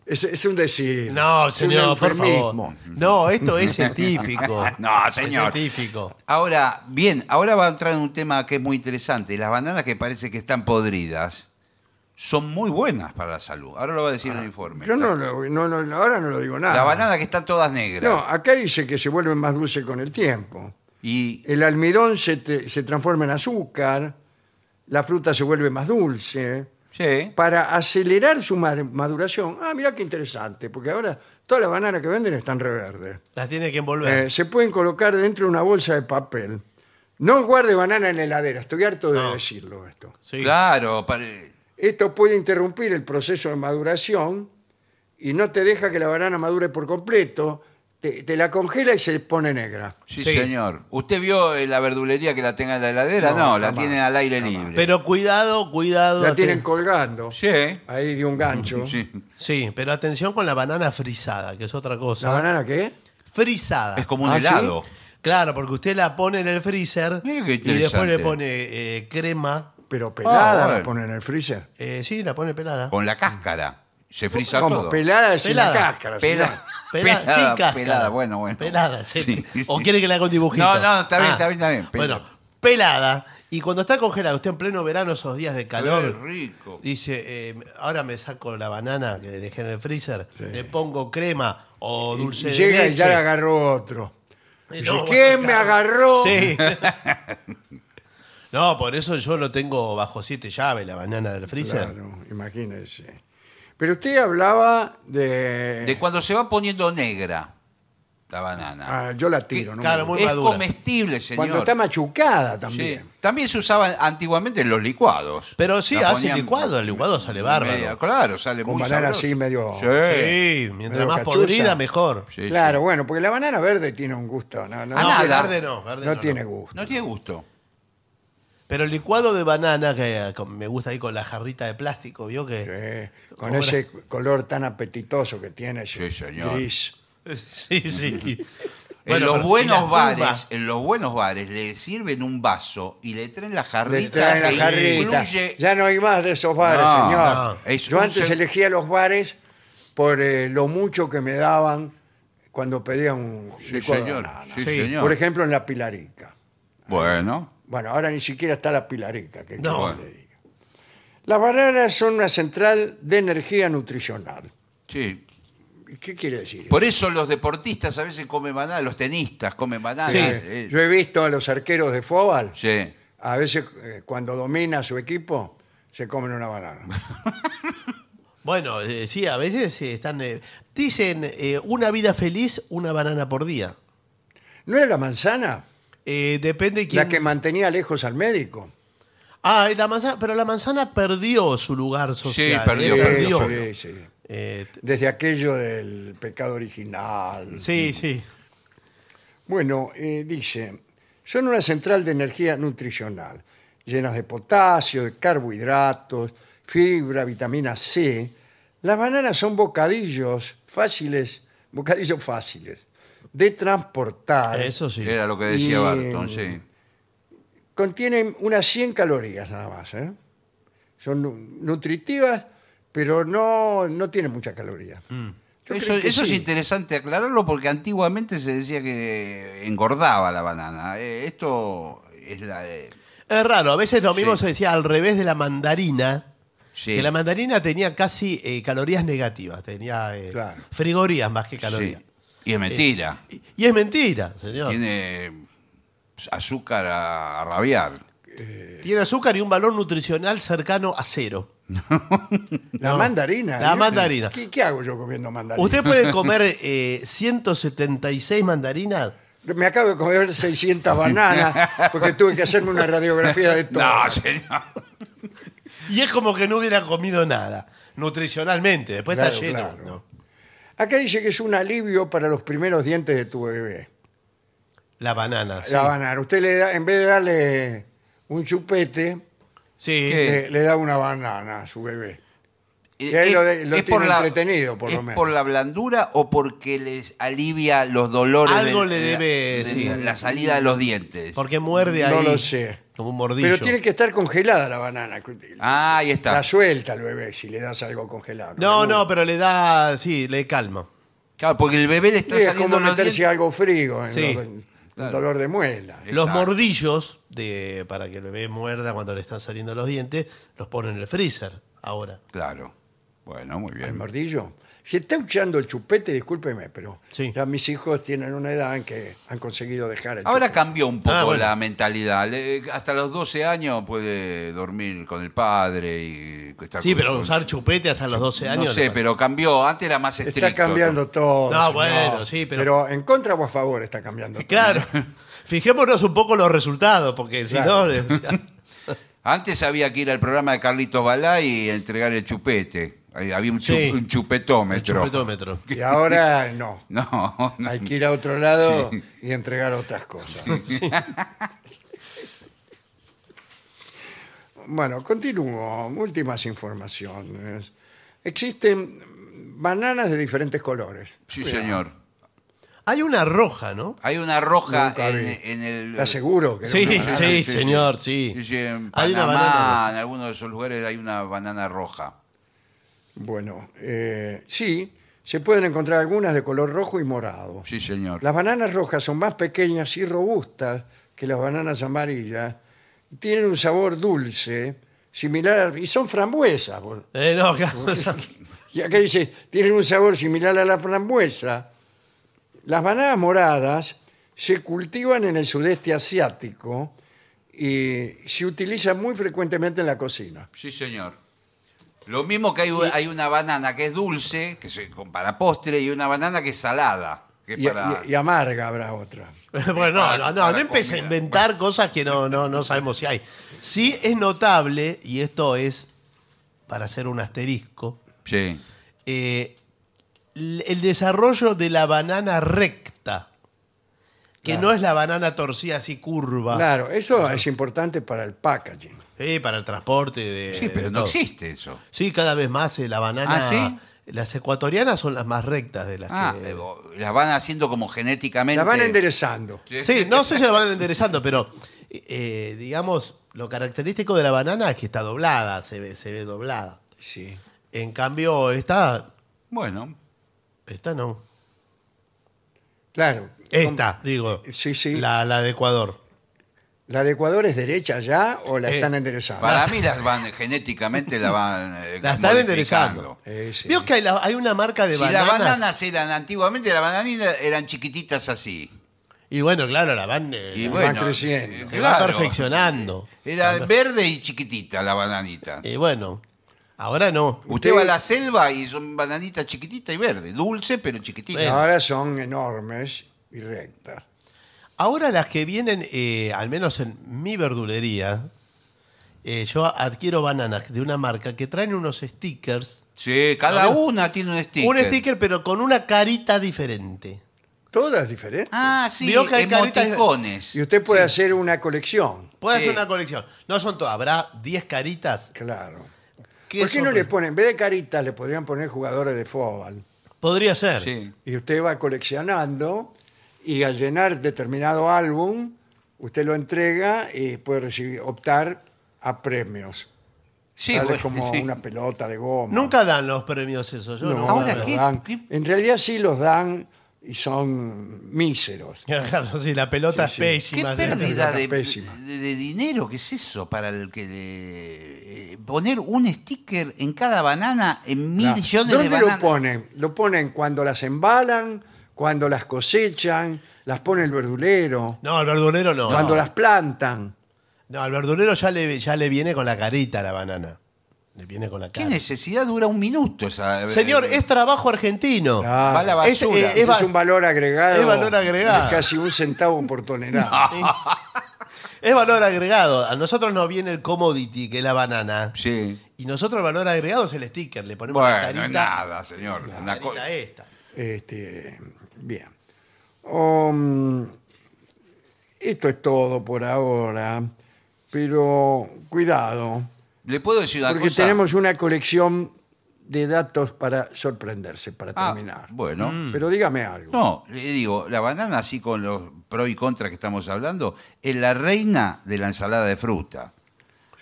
B: es, es un decir.
C: No,
B: es un
C: señor, por favor.
B: eufemismo.
C: No, esto es científico.
D: No,
C: Es
D: señor.
C: científico.
D: Ahora, bien, ahora va a entrar en un tema que es muy interesante. Las bananas que parece que están podridas son muy buenas para la salud. Ahora lo va a decir el informe.
B: Ah, Yo no, lo- no, no, ahora no lo digo nada.
D: Las bananas que están todas negras.
B: No, acá dice que se vuelven más dulces con el tiempo.
D: Y
B: El almidón se, te- se transforma en azúcar, la fruta se vuelve más dulce.
D: sí,
B: Para acelerar su ma- maduración, ah, mirá qué interesante, porque ahora todas las bananas que venden están reverdes.
C: Las tiene que envolver.
B: Eh, se pueden colocar dentro de una bolsa de papel. No guarde banana en la heladera, estoy harto de
C: No.
B: decirlo esto.
C: Sí.
D: claro, pare-
B: Esto puede interrumpir el proceso de maduración y no te deja que la banana madure por completo, te, te la congela y se pone negra.
D: sí,
C: Sí.
D: señor. ¿Usted vio eh, la verdulería que la tenga en la heladera?
B: No,
D: No, la
B: jamás,
D: tienen al aire libre.
C: Pero cuidado, cuidado.
B: La
C: aten-
B: tienen colgando
D: Sí,
B: ahí de un gancho.
D: sí.
C: Sí, pero atención con la banana frisada, que es otra cosa.
B: ¿La banana qué?
C: Frisada.
D: Es como un
B: ¿Ah, sí?
D: helado.
C: Claro, porque usted la pone en el freezer
D: Mira qué
C: y después le
D: interesante.
C: pone eh, crema.
B: Pero pelada
D: Ah, bueno.
B: la ponen en el freezer.
C: Eh, sí, la pone pelada.
D: Con la cáscara. Se frisa
B: Como
D: todo.
B: pelada es
C: Pelada.
B: la cáscara.
D: Pela-
B: señora.
C: Pelada,
D: pelada,
C: sin cáscara.
D: pelada, bueno, bueno.
C: Pelada, sí.
D: Sí.
C: ¿O quiere que la haga un dibujito? Ah.
D: No, no, está bien, está bien, está bien.
C: Bueno, pelada. Y cuando está congelada, usted en pleno verano, esos días de calor,
D: Qué rico.
C: dice, eh, ahora me saco la banana que dejé en el freezer, le pongo crema o dulce de
B: Llega y
C: leche.
B: ya la agarró otro.
C: Eh,
B: Dice,
C: no,
B: ¿Quién me
C: claro.
B: agarró?
C: Sí. no, por eso yo lo tengo bajo siete llaves, la banana del freezer.
B: Claro, imagínese. Pero usted hablaba de...
D: De cuando se va poniendo negra la banana.
B: Ah, yo la tiro.
D: Que-
B: no
C: claro,
B: me-
C: muy
D: es
C: madura.
D: comestible, señor.
B: Cuando está machucada
D: Sí.
B: también.
D: También se usaba antiguamente en los licuados.
C: Pero sí,
D: La
C: hace
D: ponían-
C: licuado, el licuado sale bárbaro.
D: Media- claro, sale
B: Con
D: muy
B: banana
D: sabroso.
B: así medio-
D: Sí.
C: Sí, mientras
B: Medio
C: más
B: cachuza.
C: podrida, mejor.
D: Sí, sí.
B: claro, bueno, porque la banana verde tiene un gusto. No, no,
C: Ah,
D: no,
B: no,
D: nada.
C: verde no, verde
B: no
C: no,
B: tiene
C: no.
B: gusto.
D: No tiene gusto.
C: Pero el licuado de banana, que eh, con- me gusta ahí con la jarrita de plástico, ¿vio? Que,
B: Eh, con
C: Ahora-
B: ese color tan apetitoso que tiene ese
D: Sí, señor.
B: gris.
C: sí, sí.
D: En los
C: pero- y
D: buenos
C: las tumbas.
D: bares, en los buenos bares le sirven un vaso y le traen la jarrita
B: Le traen la
D: que
B: jarrita.
D: incluye-
B: Ya no hay más de esos bares,
D: No,
B: señor.
D: no. Es
B: Yo
D: un
B: antes
D: ser-
B: elegía los bares por eh, lo mucho que me daban cuando pedía un
D: Sí,
B: licuado de
D: señor.
B: banana.
D: Sí,
C: Sí.
D: señor.
B: Por ejemplo, en la Pilarica.
D: Bueno.
B: Bueno, ahora ni siquiera está la Pilarica. que
C: No.
B: quiero que le diga. Las bananas son una central de energía nutricional.
D: Sí.
B: ¿Y ¿Qué quiere decir?
D: Por eso los deportistas a veces comen banana, los tenistas comen banana.
C: Sí.
D: Eh,
B: Yo he visto a los arqueros de fútbol,
D: sí.
B: a veces eh, cuando domina su equipo, se comen una banana.
C: Bueno, eh, sí, a veces sí, están. eh, dicen eh, una vida feliz, una banana por día.
B: ¿No era la manzana
C: Eh, depende quién.
B: la que mantenía lejos al médico?
C: Ah, y la manzana, pero la manzana perdió su lugar social.
D: perdió,
C: eh,
B: Sí,
D: perdió.
B: sí, sí.
C: Eh, t-
B: Desde aquello del pecado original.
C: sí, sí.
B: Bueno, eh, dice, son una central de energía nutricional, llenas de potasio, de carbohidratos, fibra, vitamina C. Las bananas son bocadillos fáciles, bocadillos fáciles de transportar.
C: Eso sí.
D: Era lo que decía
B: Y-
D: Barton, sí.
B: Contienen unas 100 calorías nada más. ¿eh?
C: Mm.
B: Son nu- nutritivas, pero no, no tienen muchas calorías. Yo
D: Eso,
B: creí que
D: eso es
B: sí.
D: interesante aclararlo porque antiguamente se decía que engordaba la banana. Eh, esto es la de...
C: Es raro, a veces lo mismo
D: Sí.
C: se decía al revés de la mandarina,
D: Sí.
C: que la mandarina tenía casi eh, calorías negativas, tenía eh,
B: Claro.
C: frigorías más que
D: sí.
C: calorías.
D: Y es
B: Eh,
D: mentira.
C: Y, y es mentira,
B: Ah.
C: señor. Tiene,
D: Tiene pues, azúcar a, a rabiar.
C: azúcar y un valor nutricional cercano a cero.
B: La
C: No.
B: mandarina.
C: La
B: ¿eh?
C: mandarina.
B: ¿Qué, qué hago yo comiendo mandarina?
C: Usted puede comer eh, 176 mandarinas.
B: Me acabo de comer 600 bananas porque tuve que hacerme una radiografía de todo.
D: No, señor.
C: Y es como que no hubiera comido nada, nutricionalmente. Después
B: Claro,
C: está lleno.
B: claro.
C: ¿no?
B: Acá dice que es un alivio para los primeros dientes de tu bebé.
C: La banana. Sí.
B: La banana. Usted le da, en vez de darle un chupete,
C: Sí.
D: ¿Qué?
B: le, le da una banana a su bebé.
D: Eh,
B: Y ahí lo de- lo tiene entretenido, por
D: es
B: lo menos.
D: por la blandura o porque les alivia los dolores
C: Algo
D: del-
C: le
D: de la-
C: debe,
D: de
C: sí.
D: la, la salida de los dientes.
C: Porque muerde ahí.
B: No lo sé.
C: Como un mordillo.
B: Pero tiene que estar congelada la banana.
D: Ah, ahí está.
B: La suelta al bebé si le das algo congelado.
C: No,
B: Le
C: no, pero le da. Sí, le calma.
D: Claro, porque el bebé le está
B: Sí, es
D: saliendo
B: como
D: los
B: meterse
D: dientes.
B: algo frío, en
C: Sí,
B: los- en
D: claro.
B: dolor de muela.
C: Los
D: Exacto.
C: mordillos, de, para que el bebé muerda cuando le están saliendo los dientes, los pone en el freezer ahora.
D: Claro. Bueno, muy
B: El
D: bien.
B: mordillo. Si está usando el chupete, discúlpeme, pero
C: Sí.
B: ya mis hijos tienen una edad en que han conseguido dejar el
D: Ahora
B: chupete.
D: cambió un poco
C: Ah, bueno.
D: la mentalidad. Le- hasta los 12 años puede dormir con el padre y estar
C: Sí,
D: con-
C: pero
D: con-
C: usar chupete hasta los 12 años.
D: No sé,
C: le-
D: pero cambió. Antes era más estricto.
B: Está cambiando todo.
C: este No,
B: señor.
C: bueno, sí, pero-
B: en contra o a favor está cambiando todo.
C: Claro. Fijémonos un poco los resultados, porque si
B: Claro.
C: no. o sea,
D: Antes había que ir al programa de Carlitos Balá y entregar el chupete. Ahí Había un, chu-
C: Sí.
D: un
C: el
D: chupetómetro.
C: chupetómetro.
B: Y ahora no.
D: No, no.
B: Hay que ir a otro lado y entregar otras cosas. bueno, continúo. Últimas informaciones. Existen bananas de diferentes colores.
D: Sí, señor.
C: Hay una roja, ¿no?
D: Hay una roja
B: Nunca vi.
D: en, en el.
B: Te aseguro que era
C: Sí,
B: una
C: sí,
B: banana.
D: sí, sí.
C: señor, sí.
D: Sí, sí, en
C: Hay una
D: Panamá,
C: banana.
D: en algunos de esos lugares hay una banana roja.
B: Bueno, eh, sí, se pueden encontrar algunas de color rojo y morado.
D: Sí, señor.
B: Las bananas rojas son más pequeñas y robustas que las bananas amarillas. Tienen un sabor dulce, similar, a- y son frambuesas. por-
C: Eh, no, claro.
B: Y acá dice, tienen un sabor similar a la frambuesa. Las bananas moradas se cultivan en el sudeste asiático y se utilizan muy frecuentemente en la cocina.
D: Sí, señor. Lo mismo que hay, hay una banana que es dulce, que se, con- para postre, y una banana que es salada. Que es
B: Y,
D: para...
B: y- y amarga habrá otra.
C: Bueno, no, no, no,
D: Para
C: no empecé a
D: Ah, comida.
C: inventar cosas que no, no, no sabemos si hay. Sí es notable, y esto es para hacer un asterisco,
D: Sí.
C: eh, l- el desarrollo de la banana recta, que no es la banana torcida así curva,
B: Claro, eso es importante para el packaging.
C: eh, para el transporte de...
D: Sí, pero
C: de
D: Eh, no
C: todo.
D: existe eso.
C: Sí, cada vez más eh, la banana...
D: ¿Ah, sí?
C: Las ecuatorianas son las más rectas de las
D: Ah,
C: que...
D: eh, o- las van haciendo como genéticamente.
B: La van enderezando.
C: Sí, no sé si la van enderezando, pero eh, digamos, lo característico de la banana es que está doblada, se ve, se ve doblada.
B: Sí.
C: En cambio, esta,
D: Bueno,
C: esta no.
B: Claro.
C: Esta, digo.
B: Sí, sí.
C: La, la de Ecuador.
B: ¿La de Ecuador es derecha ya o la
C: Eh,
B: están enderezando?
D: para mí las van eh, genéticamente, la van. eh,
C: La están
D: modificando.
C: enderezando.
B: Eh, sí.
C: Veo que hay, la- hay una marca de
D: Si
C: bananas.
D: las bananas eran antiguamente, las bananas eran chiquititas así.
C: Y bueno, claro, la van, eh,
D: Y
C: la-
D: bueno,
B: creciendo.
D: eh,
C: se va
D: claro.
C: perfeccionando.
D: Era verde y chiquitita la bananita.
C: Y bueno, ahora no.
D: Usted va a la selva y son bananitas chiquititas y verde, dulce pero chiquitita.
C: Bueno.
B: Ahora son enormes y rectas.
C: Ahora las que vienen, eh, al menos en mi verdulería, eh, yo adquiero bananas de una marca que traen unos stickers.
D: Sí, cada
C: A ver.
D: una tiene un sticker.
C: Un sticker, pero con una carita diferente.
B: Todas diferentes.
D: Ah, sí,
C: Vio que hay caritas-
D: emoticones.
B: y usted puede hacer una colección.
C: Puede
D: Sí.
C: hacer una colección. No son todas, habrá 10 caritas.
B: Claro.
C: que
B: ¿Por qué
C: son-
B: no le ponen, en vez de caritas, le podrían poner jugadores de fútbol?
C: Podría ser.
D: Sí.
B: Y usted va coleccionando y al llenar determinado álbum, usted lo entrega y puede recibir, optar a premios.
D: Sí,
B: Tal vez
D: bueno,
B: como
D: sí.
B: una pelota de goma.
C: Nunca dan los premios esos. Yo
B: No,
C: no,
D: Ahora,
B: no
D: ¿qué?
B: dan. En realidad sí los dan y son míseros.
C: Claro, sí, la pelota
B: Sí, sí.
C: es
D: Qué
C: pésima. sí.
D: pérdida de,
B: Pésima.
D: de- de dinero, ¿qué es eso? Para el que le- eh, poner un sticker en cada banana en mil
B: Claro.
D: millones de
B: ¿Dónde lo
D: bananas.
B: ponen? Lo ponen cuando las embalan, cuando las cosechan, las pone el verdulero,
C: No, al verdulero no.
B: cuando
C: no.
B: las plantan.
C: No, al verdulero ya le, ya le viene con la carita la banana. Le viene con la
D: ¿Qué
C: cara.
D: necesidad dura un minuto esa?
C: Señor, este-
D: eh,
C: es trabajo argentino.
B: Claro.
D: Va la
C: Es-
D: basura.
C: eh,
B: Ese
C: es
B: es,
C: va-
B: un valor agregado.
C: es valor agregado.
B: de casi un centavo por tonelada.
C: Sí. es valor agregado. A nosotros nos viene el commodity, que es la banana.
D: Sí.
C: Y nosotros el valor agregado es el sticker. Le ponemos la
D: Bueno,
C: carita.
D: nada, señor.
C: la
D: Una co-
C: carita esta.
B: Este, bien. Um, esto es todo por ahora, pero cuidado,
D: ¿Le puedo decir una
B: porque
D: cosa?
B: tenemos una colección de datos para sorprenderse, para
D: Ah,
B: terminar.
D: bueno.
B: Pero dígame algo.
D: No, le digo, la banana, así con los pro y contra que estamos hablando, es la reina de la ensalada de fruta.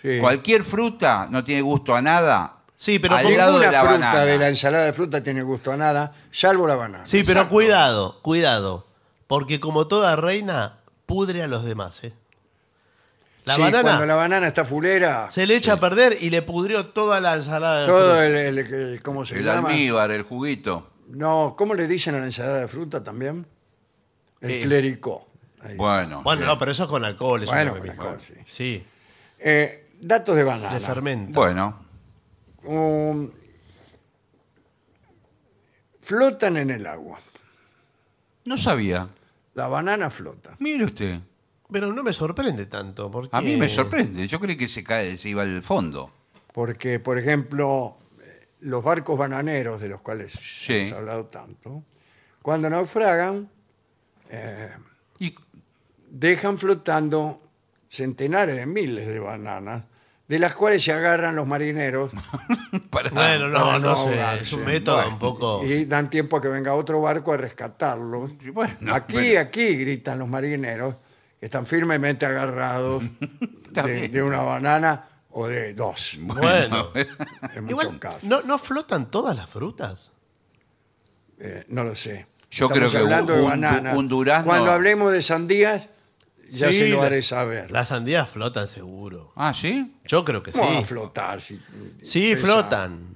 B: Sí.
D: Cualquier fruta no tiene gusto a nada.
C: Sí, pero
D: al
C: con
D: lado
B: Ninguna
D: de la
B: fruta
D: banana.
B: de la ensalada de fruta tiene gusto a nada, salvo la banana.
C: Sí, pero
D: Exacto.
C: cuidado, cuidado. Porque como toda reina, pudre a los demás. ¿eh? La
B: Sí,
C: banana
B: Cuando la banana está fulera,
C: se le echa a perder y le pudrió toda la ensalada de
B: todo
C: fruta.
B: el, el- el- ¿cómo se
D: El
B: llama?
D: almíbar, el juguito.
B: No, ¿cómo le dicen a la ensalada de fruta también? El
C: Eh.
B: clericó. Ahí.
D: Bueno.
C: Bueno,
D: sí.
C: no, pero eso es con alcohol. es
B: Bueno,
C: una bebida.
B: con alcohol,
C: Sí,
B: Eh, datos de
C: de
B: banana.
C: fermento.
D: Bueno,
B: Um, flotan en el agua.
D: no sabía.
B: La banana flota.
D: Mire usted.
C: Pero no me sorprende tanto. Porque...
D: A mí me sorprende. Yo creí que se, cae, se iba al fondo.
B: Porque, por ejemplo, eh, los barcos bananeros, de los cuales
D: Sí.
B: hemos hablado tanto, cuando naufragan,
D: Y
B: dejan flotando centenares de miles de bananas, de las cuales se agarran los marineros
D: para-
C: Bueno, no,
B: Para
C: no,
B: no
C: sé.
B: ahogarse.
C: Es un método
D: Bueno,
C: un poco.
B: y dan tiempo a que venga otro barco a rescatarlos.
D: Y bueno,
B: aquí,
D: pero-
B: aquí, gritan los marineros, que están firmemente agarrados
D: Está
B: de,
D: bien.
B: de una banana o de dos,
C: Bueno.
B: en muchos
C: Igual,
B: casos.
C: ¿no, ¿no flotan todas las frutas?
B: Eh, no lo sé.
D: Yo creo que
B: hablando de
D: un-
B: bananas.
D: un durazno-
B: Cuando hablemos de sandías, ya
C: Sí,
B: se lo
C: la-
B: haré saber.
C: Las sandías flotan seguro.
D: Ah, ¿sí?
C: Yo creo que sí.
B: ¿Cómo van a flotar? si-
C: Sí,
B: pesa?
C: flotan.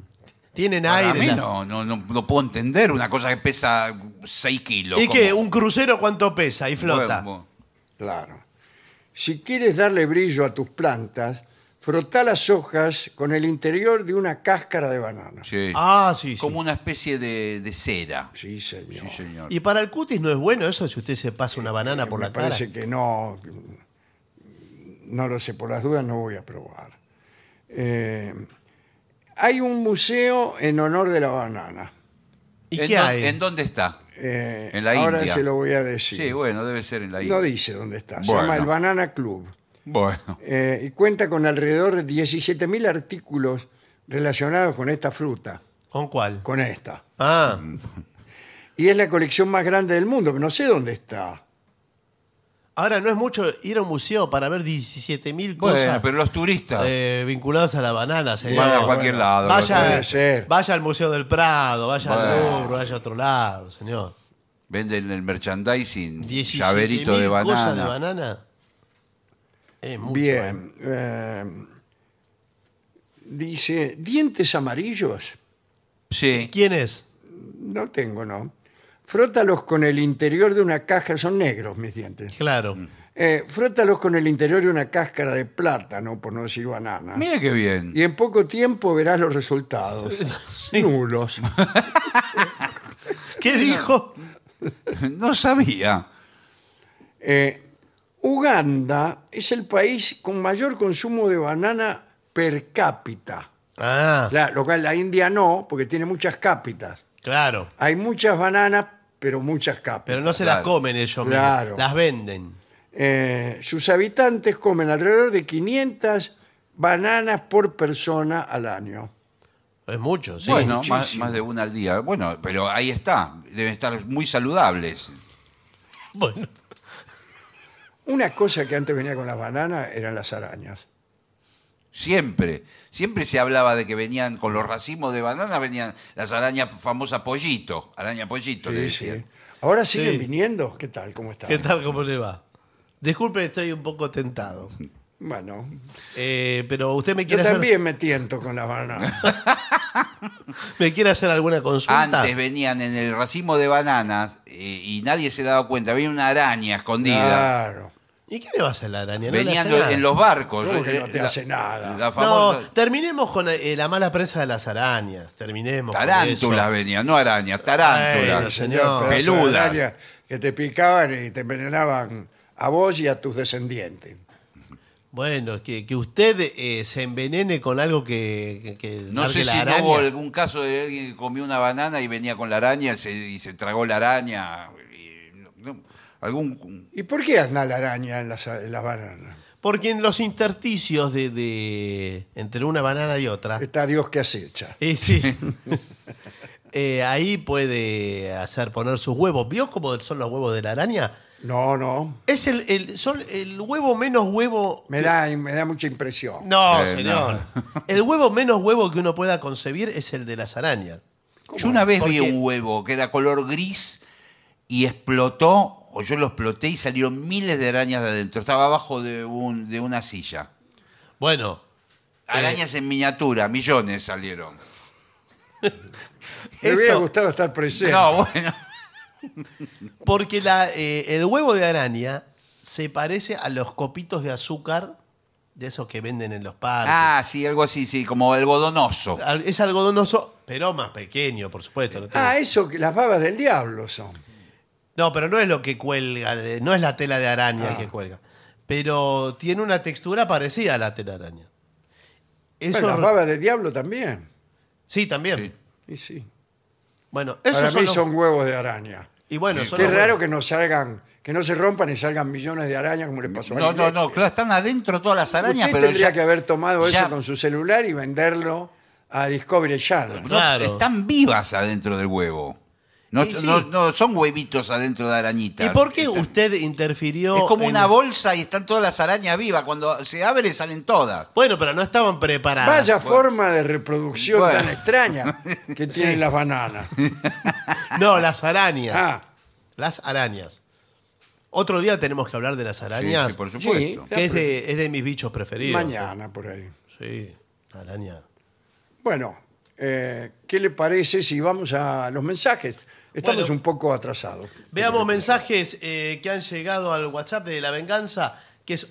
C: Tienen
D: Para
C: aire.
D: mí
C: la-
D: no, no, no, no puedo entender una cosa que pesa 6 kilos.
C: ¿Y
D: como-
C: qué? ¿Un crucero cuánto pesa y flota?
D: Bueno,
B: Claro. Si quieres darle brillo a tus plantas, frotá las hojas con el interior de una cáscara de banana.
D: sí.
C: Ah, sí, sí.
D: Como una especie de, de cera.
B: Sí, señor.
D: Sí, señor.
C: ¿Y para el cutis no es bueno eso si usted se pasa una banana por
B: Me
C: la cara?
B: parece que no. No lo sé, por las dudas no voy a probar. Eh, hay un museo en honor de la banana.
C: ¿Y
D: ¿En
C: qué
D: dó-
C: hay?
D: ¿En dónde está?
B: Eh,
D: En la
B: ahora
D: India.
B: se lo voy a
D: Sí.
B: decir.
D: bueno, debe ser en la isla.
B: no dice dónde está. Se
D: Bueno.
B: llama el Banana Club.
D: Bueno.
B: Eh, y cuenta con alrededor de 17.000 artículos relacionados con esta fruta.
C: ¿Con cuál?
B: Con esta.
C: Ah,
D: Mm.
B: Y es la colección más grande del mundo, pero no sé dónde está.
C: ahora no es mucho ir a un museo para ver 17.000
D: Bueno,
C: cosas
D: pero los turistas.
C: eh, vinculadas a la banana, señor.
D: Van a cualquier lado,
C: Vaya,
D: lo
B: puede ser.
C: vaya al Museo del Prado, vaya
D: Bueno.
C: al Louvre, vaya a otro lado, señor.
D: Venden el merchandising,
C: 17.000
D: llaverito de
C: cosas de
D: banana.
C: banana. Es mucho. eh.
B: Bien. eh, dice, dientes amarillos.
D: Sí.
C: ¿eh? ¿Quién es?
B: No tengo, no. Frótalos con el interior de una caja, son negros mis dientes.
C: Claro.
D: Mm.
B: Eh, frótalos con el interior de una cáscara de plátano, por no decir banana.
D: Mira qué bien.
B: Y en poco tiempo verás los resultados. Nulos.
C: ¿Qué dijo?
D: No sabía.
B: Eh, Uganda es el país con mayor consumo de banana per cápita.
C: Ah,
B: La, lo cual la India no, porque tiene muchas cápitas.
C: claro.
B: Hay muchas bananas, pero muchas
C: Pero
B: cápitas.
C: no se las
D: Claro.
C: comen ellos mismos,
B: Claro.
C: Las venden.
B: Eh, sus habitantes comen alrededor de 500 bananas por persona al año.
C: Es mucho, sí.
D: bueno, más,
B: muchísimo.
D: más de una al día. Bueno, pero ahí está. Deben estar muy saludables.
C: Bueno.
B: Una cosa que antes venía con las bananas eran las arañas.
D: Siempre. Siempre se hablaba de que venían con los racimos de banana, venían las arañas famosas pollito. Araña pollito, le
B: Sí, sí.
D: decían.
B: Ahora siguen
C: Sí.
B: viniendo. ¿Qué tal? ¿Cómo están?
C: ¿Qué tal? ¿Cómo le va? Disculpe, estoy un poco tentado.
B: Bueno,
C: Eh, pero usted me
B: yo
C: quiere, hacer,
B: también me tiento con la banana.
C: me quiere hacer alguna consulta.
D: Antes venían en el racimo de bananas eh, y nadie se daba cuenta. Había una araña escondida.
B: claro.
C: ¿Y qué le va a hacer la araña? No le
D: venían
C: hace nada.
D: en los barcos.
B: ¿Cómo que no
D: Eh,
B: te hace nada?
D: la famosa
C: No, terminemos con eh, la mala prensa de las arañas. Terminemos. con
D: tarántulas
C: eso.
D: venían, no arañas, tarántulas.
C: Bueno, señor.
B: Señor, pedazo de
D: Peludas.
B: araña Que te picaban y te envenenaban a vos y a tus descendientes.
C: Bueno, que, que usted eh, se envenene con algo que, que- que
D: No
C: marque
D: sé
C: la
D: si no
C: araña.
D: hubo algún caso de alguien que comió una banana y venía con la araña se- y se tragó la araña. y no- no, algún,
B: ¿Y por qué anda la araña en las, en las bananas?
C: Porque en los intersticios de, de- entre una banana y otra,
B: Está Dios que acecha.
C: y sí, eh, ahí puede hacer poner sus huevos. ¿Vio cómo son los huevos de la araña?
B: No, no.
C: Es el, el- son el huevo menos huevo.
B: Me da, me da mucha impresión.
C: No,
D: Eh,
C: señor. El huevo menos huevo que uno pueda concebir es el de las arañas.
D: Yo una vez
C: ¿Por
D: vi
C: qué?
D: un huevo que era color gris y explotó, o yo lo exploté y salieron miles de arañas de adentro. Estaba abajo de, un, de una silla.
C: Bueno,
D: Arañas en miniatura, millones salieron.
B: Me hubiera
C: eso-
B: gustado estar presente.
D: No, bueno.
C: Porque la, eh, el huevo de araña se parece a los copitos de azúcar de esos que venden en los parques.
D: Ah, sí, algo así, sí, como algodonoso.
C: Al- Es algodonoso, pero más pequeño, por supuesto. No, tiene-
B: Ah, eso, que las babas del diablo son.
C: No, pero no es lo que cuelga, de- no es la tela de araña el
B: Ah.
C: que cuelga. Pero tiene una textura parecida a la tela de araña. Eso,
B: Bueno, las babas del diablo también.
C: sí, también.
D: Sí.
B: Y sí.
C: Bueno,
B: Para
C: esos son,
B: mí
C: los-
B: son huevos de araña.
C: Y bueno,
D: Sí.
C: son
B: Qué
C: los
B: raro
C: huevos.
B: que no salgan, que no se rompan y salgan millones de arañas como le pasó a
D: No, no,
B: Guillermo.
D: no, claro, están adentro todas las arañas,
B: Usted
D: pero
B: tendría
D: ya,
B: que haber tomado
D: ya-
B: eso con su celular y venderlo a Discovery Channel.
D: no,
C: Claro.
D: están vivas adentro del huevo. No,
C: Y sí.
D: no- no son huevitos adentro de arañitas.
C: ¿Y por qué
D: Están-
C: usted interfirió?
D: Es como
C: en-
D: una bolsa y están todas las arañas vivas. Cuando se abre salen todas.
C: Bueno, pero no estaban preparados.
B: Vaya forma de reproducción
D: Bueno.
B: tan extraña que tienen las bananas.
C: No, las arañas.
B: Ah,
C: Las arañas. Otro día tenemos que hablar de las arañas,
D: Sí, sí, por supuesto.
B: Sí.
C: que es de, es de mis bichos preferidos.
B: mañana por ahí.
C: Sí, la araña.
B: Bueno, eh, ¿qué le parece si vamos a los mensajes? Estamos
C: Bueno.
B: un poco atrasados.
C: Veamos mensajes eh, que han llegado al WhatsApp de La Venganza, que es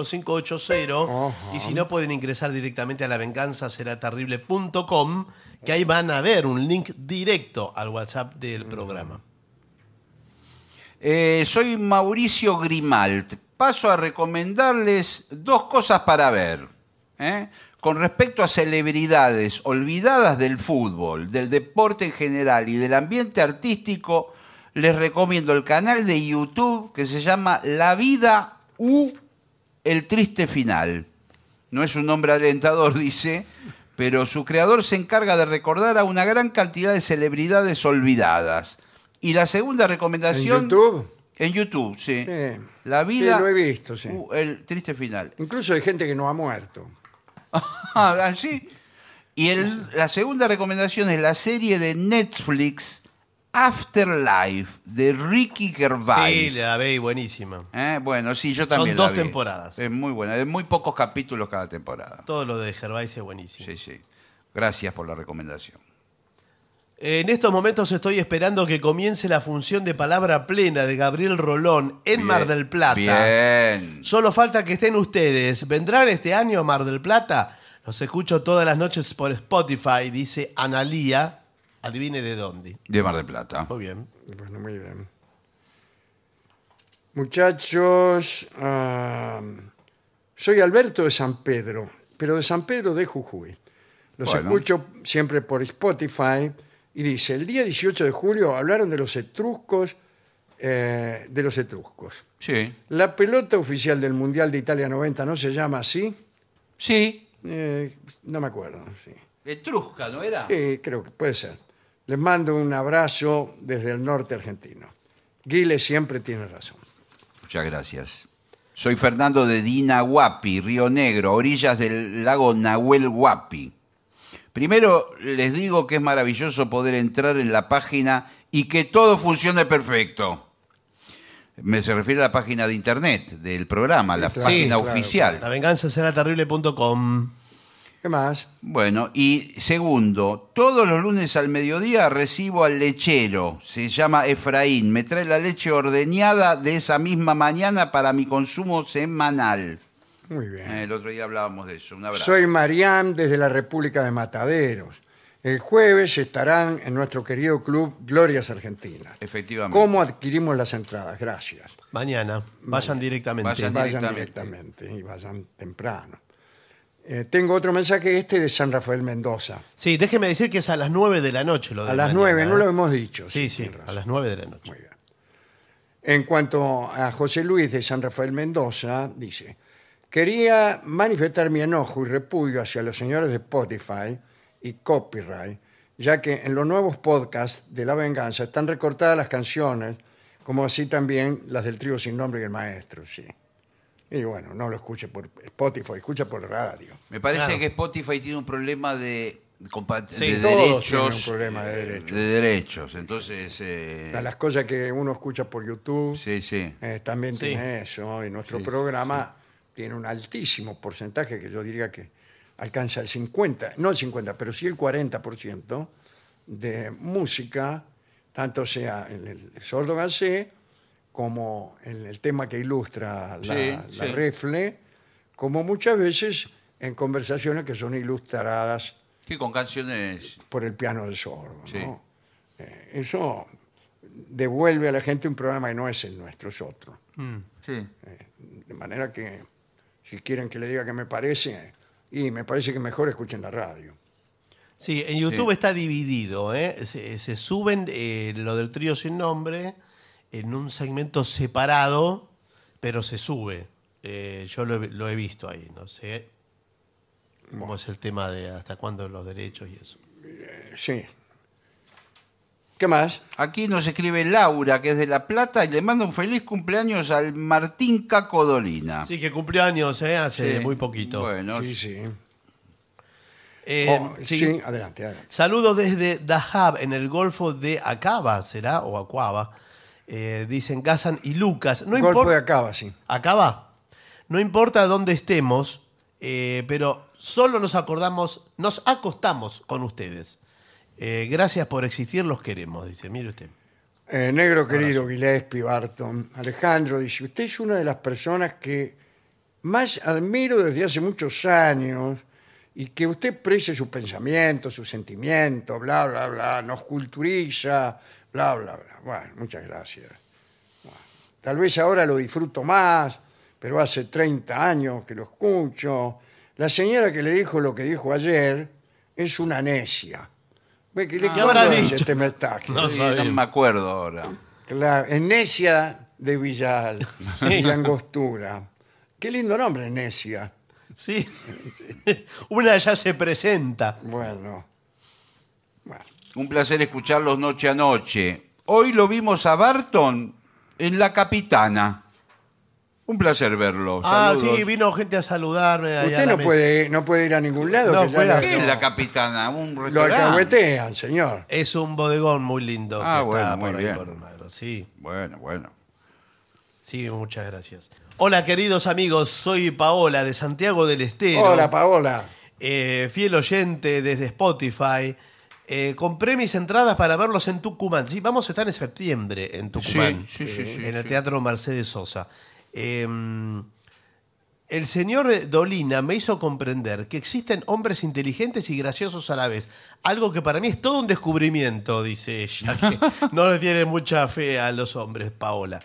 C: 1165855580.
B: Ajá.
C: Y si no, pueden ingresar directamente a lavenganzaseraterrible.com, que ahí van a ver un link directo al WhatsApp del programa.
D: Mm. Eh, soy Mauricio Grimalt. Paso a recomendarles dos cosas para ver. ¿eh? Con respecto a celebridades olvidadas del fútbol, del deporte en general y del ambiente artístico, les recomiendo el canal de YouTube que se llama La Vida U, el triste final. No es un nombre alentador, dice, pero su creador se encarga de recordar a una gran cantidad de celebridades olvidadas. Y la segunda
B: ¿En
D: recomendación...
B: YouTube?
D: En YouTube, sí.
B: Sí.
D: La vida.
B: Sí, lo he visto, sí.
D: Uh, el triste final.
B: Incluso hay gente que no ha muerto.
D: Ah, ah, sí. Y el- la segunda recomendación es la serie de Netflix Afterlife de Ricky Gervais.
C: Sí, la veis buenísima.
D: Eh, bueno, sí, yo también.
C: dos
D: la vi.
C: temporadas.
D: Es muy buena, de muy pocos capítulos cada temporada.
C: Todo lo de Gervais es buenísimo.
D: Sí, sí. Gracias por la recomendación.
C: En estos momentos estoy esperando que comience la función de palabra plena de Gabriel Rolón en
D: Bien.
C: Mar del Plata.
D: Bien.
C: Solo falta que estén ustedes. ¿Vendrán este año a Mar del Plata? Los escucho todas las noches por Spotify, dice Analía. Adivine de dónde.
D: De Mar del Plata.
C: Muy bien.
B: Bueno, muy bien. Muchachos, ah, soy Alberto de San Pedro, pero de San Pedro de Jujuy. Los
D: Bueno.
B: escucho siempre por Spotify y dice, el día 18 de julio hablaron de los etruscos, eh, de los etruscos.
D: Sí.
B: La pelota oficial del Mundial de Italia 90 no se llama así,
D: Sí.
B: Eh, no me acuerdo. Sí.
D: Etrusca, ¿no era?
B: Sí, creo que puede ser. Les mando un abrazo desde el norte argentino. Guile siempre tiene razón.
D: Muchas gracias. Soy Fernando de Dina Guapi, Río Negro, a orillas del lago Nahuel Guapi. Primero les digo que es maravilloso poder entrar en la página y que todo funcione perfecto. Me se refiere a la página de internet del programa, la
B: claro,
D: página
B: claro,
D: oficial.
C: La venganza será terrible.com.
B: ¿Qué más?
D: Bueno, y segundo, todos los lunes al mediodía recibo al lechero, se llama Efraín, me trae la leche ordeñada de esa misma mañana para mi consumo semanal.
B: Muy bien.
D: Eh, El otro día hablábamos de eso, un abrazo.
B: Soy Mariam desde la República de Mataderos. El jueves estarán en nuestro querido club Glorias Argentinas.
D: Efectivamente.
B: ¿Cómo adquirimos las entradas? Gracias.
C: Mañana. Vayan directamente.
D: Vayan
B: Vayan
D: Directamente.
B: directamente y vayan temprano. Eh, tengo otro mensaje, este de San Rafael Mendoza.
C: Sí, déjeme decir que es a las 9 de la noche lo de
B: A las
C: mañana,
B: nueve,
C: ¿eh?
B: no lo hemos dicho. si
C: Sí, sí,
B: tiene
C: a
B: razón.
C: las 9 de la noche.
B: Muy bien. En cuanto a José Luis de San Rafael Mendoza, dice, quería manifestar mi enojo y repudio hacia los señores de Spotify y Copyright, ya que en los nuevos podcasts de La Venganza están recortadas las canciones, como así también las del trío Sin Nombre y el Maestro, sí. Y bueno, no lo escuche por Spotify, escucha por radio.
D: Me parece
C: Claro.
D: que Spotify tiene un problema de, compa-
C: Sí,
D: de
B: todos
D: derechos.
B: tienen un problema de
D: eh,
B: derechos.
D: de derechos. Entonces, eh,
B: A Las cosas que uno escucha por YouTube.
D: sí, sí.
B: Eh, también
C: Sí.
B: tiene eso. Y nuestro programa tiene un altísimo porcentaje que yo diría que alcanza el 50, no el 50, pero sí el 40% de música, tanto sea en el sordo gansé como en el tema que ilustra la,
D: Sí,
B: la
D: sí.
B: refle, como muchas veces en conversaciones que son ilustradas
D: Sí, con canciones.
B: por el piano del sordo.
D: Sí.
B: ¿no? Eh, eso devuelve a la gente un programa que no es el nuestro, es otro.
D: Sí.
B: De manera que, si quieren que le diga que me parece, y me parece que mejor escuchen la radio.
C: Sí, en YouTube
D: Sí.
C: está dividido, ¿eh? se, se suben eh, lo del trío sin nombre en un segmento separado, pero se sube. Eh, yo lo, he- lo he visto ahí, no sé cómo es el tema de hasta cuándo los derechos y eso.
B: Eh, Sí. ¿Qué más?
D: Aquí nos escribe Laura, que es de La Plata, y le manda un feliz cumpleaños al Martín Caco
B: Ah.
D: Dolina.
C: Sí, que cumplió años, ¿eh? hace
D: Sí.
C: muy poquito.
D: Bueno,
B: Sí, sí.
C: Eh,
B: Oh,
C: sí.
B: sí, adelante, adelante.
C: Saludos desde Dahab, en el Golfo de Acaba, ¿será? O Acuaba. Eh, dicen Gazan y Lucas. No
B: Golfo
C: importa.
B: de Acaba, sí.
C: Acaba. No importa dónde estemos, eh, pero solo nos acordamos, nos acostamos con ustedes. Eh, gracias por existir, los queremos, dice. Mire usted.
B: Eh, negro querido, Gillespie, Barton. Alejandro dice, usted es una de las personas que más admiro desde hace muchos años y que usted exprese sus pensamientos, sus sentimientos, bla, bla, bla, nos culturiza, bla, bla, bla. Bueno, muchas gracias. Bueno, tal vez ahora lo disfruto más, pero hace 30 años que lo escucho. La señora que le dijo lo que dijo ayer es una necia. Ve que le-
C: ¿Qué Ah. habrá
B: ¿cuándo es
C: dicho?
B: este mensaje?
C: No
D: sí,
C: sabemos.
D: no me acuerdo ahora.
B: Claro, en Necia de Villal y Angostura. Qué lindo nombre, Necia.
C: Sí. Una ya se presenta.
B: Bueno. Bueno,
D: Un placer escucharlos noche a noche. Hoy lo vimos a Barton en La Capitana. Un placer verlo.
C: Ah,
D: Saludos.
C: sí, vino gente a saludarme. ahí a
B: Usted
C: la
B: no
C: mesa.
B: puede, no puede ir a ningún lado.
C: No
B: que ya
C: puede.
B: lo-
D: ¿Qué es La Capitana? ¿Un
B: Lo
D: restaurante?
B: alcahuetean, señor.
C: Es un bodegón muy lindo.
D: Ah,
C: que está
D: bueno, muy
C: por ahí
D: bien.
C: por Almagro, Sí.
D: Bueno, bueno.
C: Sí, muchas gracias. Hola, queridos amigos, soy Paola de Santiago del Estero.
B: Hola, Paola.
C: eh, fiel oyente desde Spotify. Eh, compré mis entradas para verlos en Tucumán. Sí, vamos a estar en septiembre en Tucumán, eh,
D: Sí, sí, sí, sí,
C: en el
D: sí.
C: Teatro Mercedes Sosa. Eh, el señor Dolina me hizo comprender que existen hombres inteligentes y graciosos a la vez. Algo que para mí es todo un descubrimiento, dice ella. que no le tiene mucha fe a los hombres, Paola.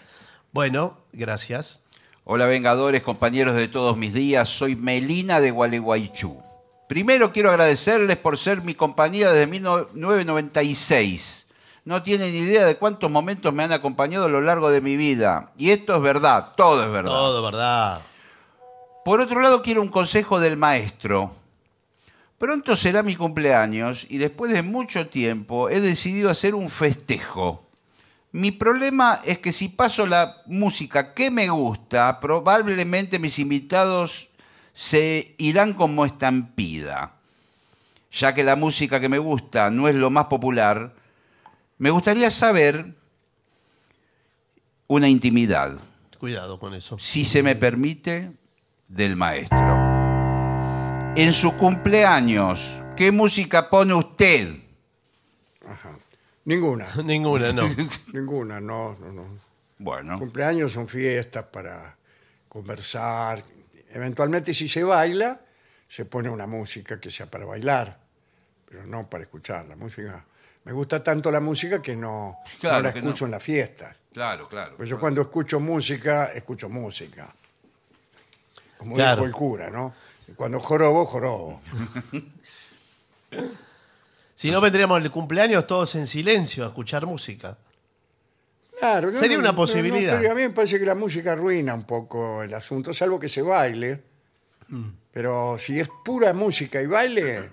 C: Bueno, gracias.
D: Hola Vengadores, compañeros de todos mis días, soy Melina de Gualeguaychú. Primero quiero agradecerles por ser mi compañía desde 1996. No tienen idea de cuántos momentos me han acompañado a lo largo de mi vida. Y esto es verdad, todo es verdad.
C: Todo, ¿verdad?
D: Por otro lado, quiero un consejo del maestro. Pronto será mi cumpleaños y después de mucho tiempo he decidido hacer un festejo. Mi problema es que si paso la música que me gusta, probablemente mis invitados se irán como estampida. Ya que la música que me gusta no es lo más popular, me gustaría saber una intimidad,
C: Cuidado con eso.
D: si se me permite, del maestro. En su cumpleaños, ¿qué música pone usted?
B: Ninguna,
C: Ninguna, no.
B: ninguna, no, no, no.
D: Bueno,
B: Cumpleaños son fiestas para conversar. Eventualmente si se baila, se pone una música que sea para bailar, pero no para escuchar la música. Me gusta tanto la música que no, no
D: Claro
B: la
D: que
B: escucho
D: no.
B: en las fiestas.
D: claro, claro.
B: Pues yo cuando escucho música, escucho música. Como
C: Claro.
B: dijo el cura, ¿no? Cuando jorobo, jorobo.
C: Si no, vendríamos el cumpleaños todos en silencio a escuchar música.
B: Claro, no,
C: Sería
B: no,
C: una
B: no, no,
C: posibilidad.
B: pero a mí me parece que la música arruina un poco el asunto, salvo que se baile.
C: Mm.
B: Pero si es pura música y baile,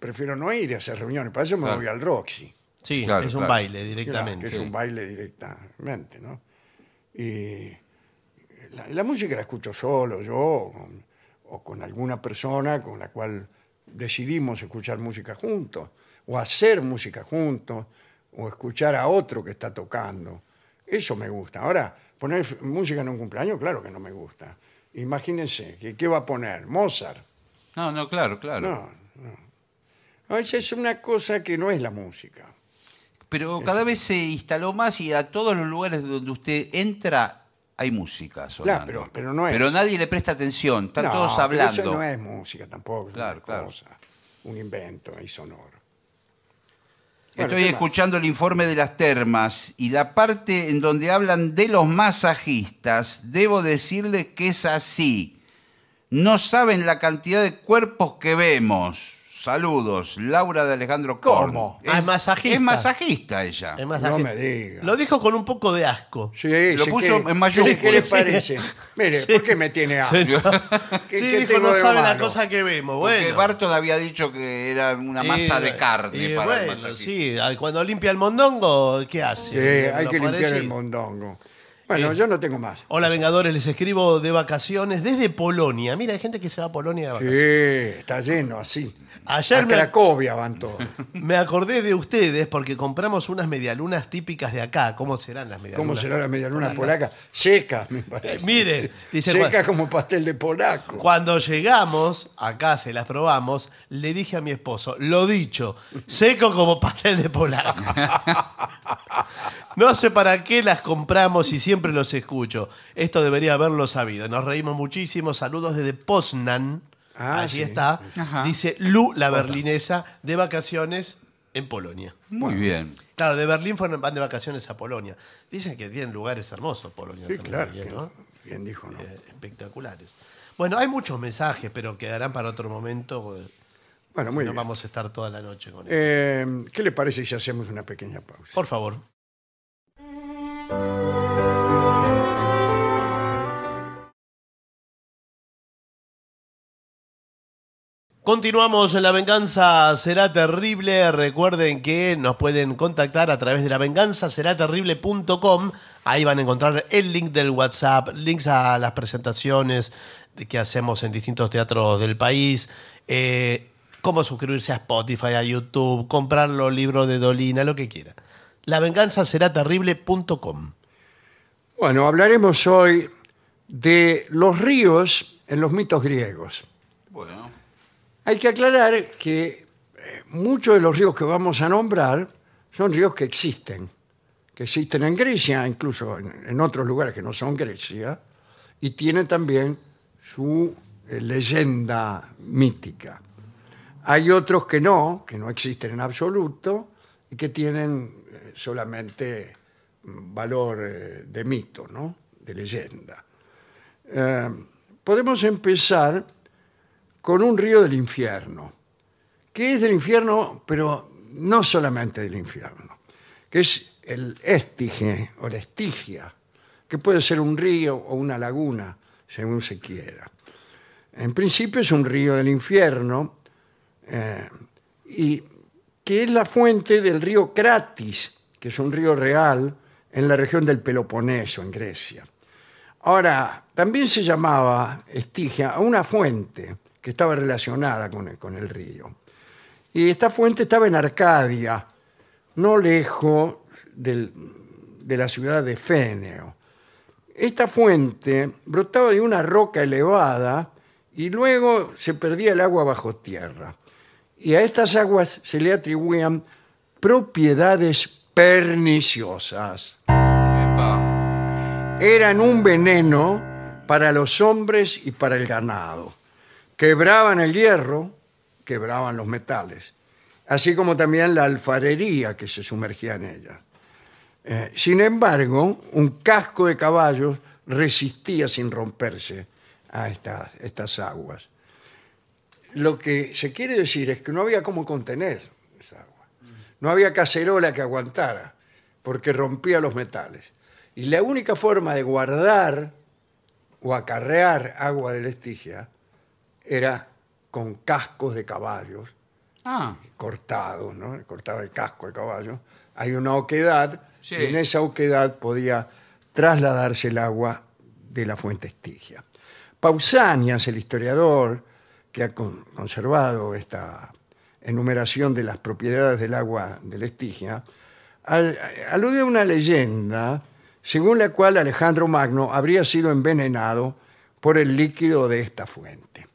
B: prefiero no ir a esas reuniones. Para eso me voy al Roxy,
C: Sí,
D: Claro,
C: es un
D: claro.
C: baile
B: que
C: directamente.
B: es un baile directamente, ¿no? Y la, la música la escucho solo, yo, o con- o con alguna persona con la cual decidimos escuchar música juntos, o hacer música juntos, o escuchar a otro que está tocando. Eso me gusta. Ahora, poner f- música en un cumpleaños, claro que no me gusta. Imagínense, ¿qué, qué va a poner? Mozart.
D: No, no, claro, claro.
B: No, no. Esa es una cosa que no es la música.
D: Pero cada vez se instaló más y a todos los lugares donde usted entra hay música sonando.
B: pero- pero no es.
D: Pero nadie le presta atención, están
B: No,
D: todos
B: pero
D: hablando.
B: Eso no es música tampoco, es
D: Claro,
B: una
D: claro.
B: cosa, un invento ahí sonoro. Bueno,
D: Estoy
B: ¿qué más?
D: escuchando el informe de las termas y la parte en donde hablan de los masajistas, debo decirles que es así. No saben la cantidad de cuerpos que vemos. Saludos, Laura de Alejandro Korn.
B: ¿Cómo?
C: Ah, es masajista. Eh,
D: Es masajista ella.
C: Es más ágil.
B: me diga.
C: Lo dijo con un poco de asco.
B: Sí,
D: Lo
B: sí,
D: puso
B: ¿qué-
D: en mayúsculas.
B: ¿Qué le parece? Mire, ¿por qué me tiene asco? ¿Qué-
C: Sí,
B: qué
C: dijo,
B: tengo
C: no
B: de
C: sabe la
B: malo?
C: cosa que vemos.
D: Porque
C: Bueno.
D: Barton había dicho que era una
C: Y
D: masa de
C: bueno,
D: carne
C: y
D: para el
C: bueno,
D: masajista.
C: sí, ay, cuando limpia el mondongo, ¿qué hace?
B: Sí, Eh, hay
C: Lo
B: que limpiar
C: parece-
B: el mondongo. Bueno, yo no tengo más.
C: Hola, Vengadores, les escribo de vacaciones desde Polonia. Mira, hay gente que se va a Polonia de
B: Sí,
C: vacaciones.
B: está lleno así.
C: Ayer
B: a
C: me-
B: Cracovia van todos.
C: Me acordé de ustedes porque compramos unas medialunas típicas de acá. ¿Cómo serán las medialunas?
B: ¿Cómo será la medialuna polaca? Seca, me
C: Eh,
B: parece.
C: Miren, dice
B: Seca
C: Juan,
B: como pastel de polaco.
C: Cuando llegamos, acá se las probamos, le dije a mi esposo, lo dicho, seco como pastel de polaco. No sé para qué las compramos y siempre los escucho. Esto debería haberlo sabido. Nos reímos muchísimo. Saludos desde Poznan.
B: Ah,
C: Allí
B: sí.
C: está.
D: Ajá.
C: Dice Lu, la berlinesa, de vacaciones en Polonia.
D: Muy bien.
C: Claro, de Berlín fueron- van de vacaciones a Polonia. Dicen que tienen lugares hermosos Polonia.
B: Sí,
C: también,
B: claro.
C: bien,
B: que-
C: ¿no?
B: Bien dijo, ¿no?
C: Eh, espectaculares. Bueno, hay muchos mensajes, pero quedarán para otro momento. eh,
B: Bueno,
C: si
B: muy
C: no
B: bien.
C: vamos a estar toda la noche con él.
B: Eh, ¿Qué le parece si hacemos una pequeña pausa?
C: Por favor. Continuamos en La Venganza Será Terrible. Recuerden que nos pueden contactar a través de lavenganzaseraterrible.com. Ahí van a encontrar el link del WhatsApp, links a las presentaciones de- que hacemos en distintos teatros del país, eh, cómo suscribirse a Spotify, a YouTube, comprar los libros de Dolina, lo que quiera. Lavenganzaseraterrible.com.
B: Bueno, hablaremos hoy de los ríos en los mitos griegos.
D: Bueno.
B: Hay que aclarar que eh, muchos de los ríos que vamos a nombrar son ríos que existen, que existen en Grecia, incluso en, en otros lugares que no son Grecia, y tienen también su eh, leyenda mítica. Hay otros que no, que no existen en absoluto, y que tienen eh, solamente mm, valor eh, de mito, ¿no? de leyenda. Eh, podemos empezar con un río del infierno, que es del infierno, pero no solamente del infierno, que es el Estige o la Estigia, que puede ser un río o una laguna, según se quiera. En principio es un río del infierno, eh, y que es la fuente del río Cratis, que es un río real en la región del Peloponeso, en Grecia. Ahora, también se llamaba Estigia a una fuente que estaba relacionada con el, con el río. Y esta fuente estaba en Arcadia, no lejos del- de la ciudad de Féneo. Esta fuente brotaba de una roca elevada y luego se perdía el agua bajo tierra. Y a estas aguas se le atribuían propiedades perniciosas.
D: Epa.
B: Eran un veneno para los hombres y para el ganado. Quebraban el hierro, quebraban los metales, así como también la alfarería que se sumergía en ella. Eh, sin embargo, un casco de caballos resistía sin romperse a estas, estas aguas. Lo que se quiere decir es que no había cómo contener esa agua. No había cacerola que aguantara, porque rompía los metales. Y la única forma de guardar o acarrear agua del Estigia era con cascos de caballos
D: Ah,
B: cortados, ¿no? Le Cortaba el casco al caballo. Hay una oquedad
D: Sí.
B: y en esa oquedad podía trasladarse el agua de la fuente Estigia. Pausanias, el historiador que ha con- conservado esta enumeración de las propiedades del agua del Estigia, al- alude a una leyenda según la cual Alejandro Magno habría sido envenenado por el líquido de esta fuente.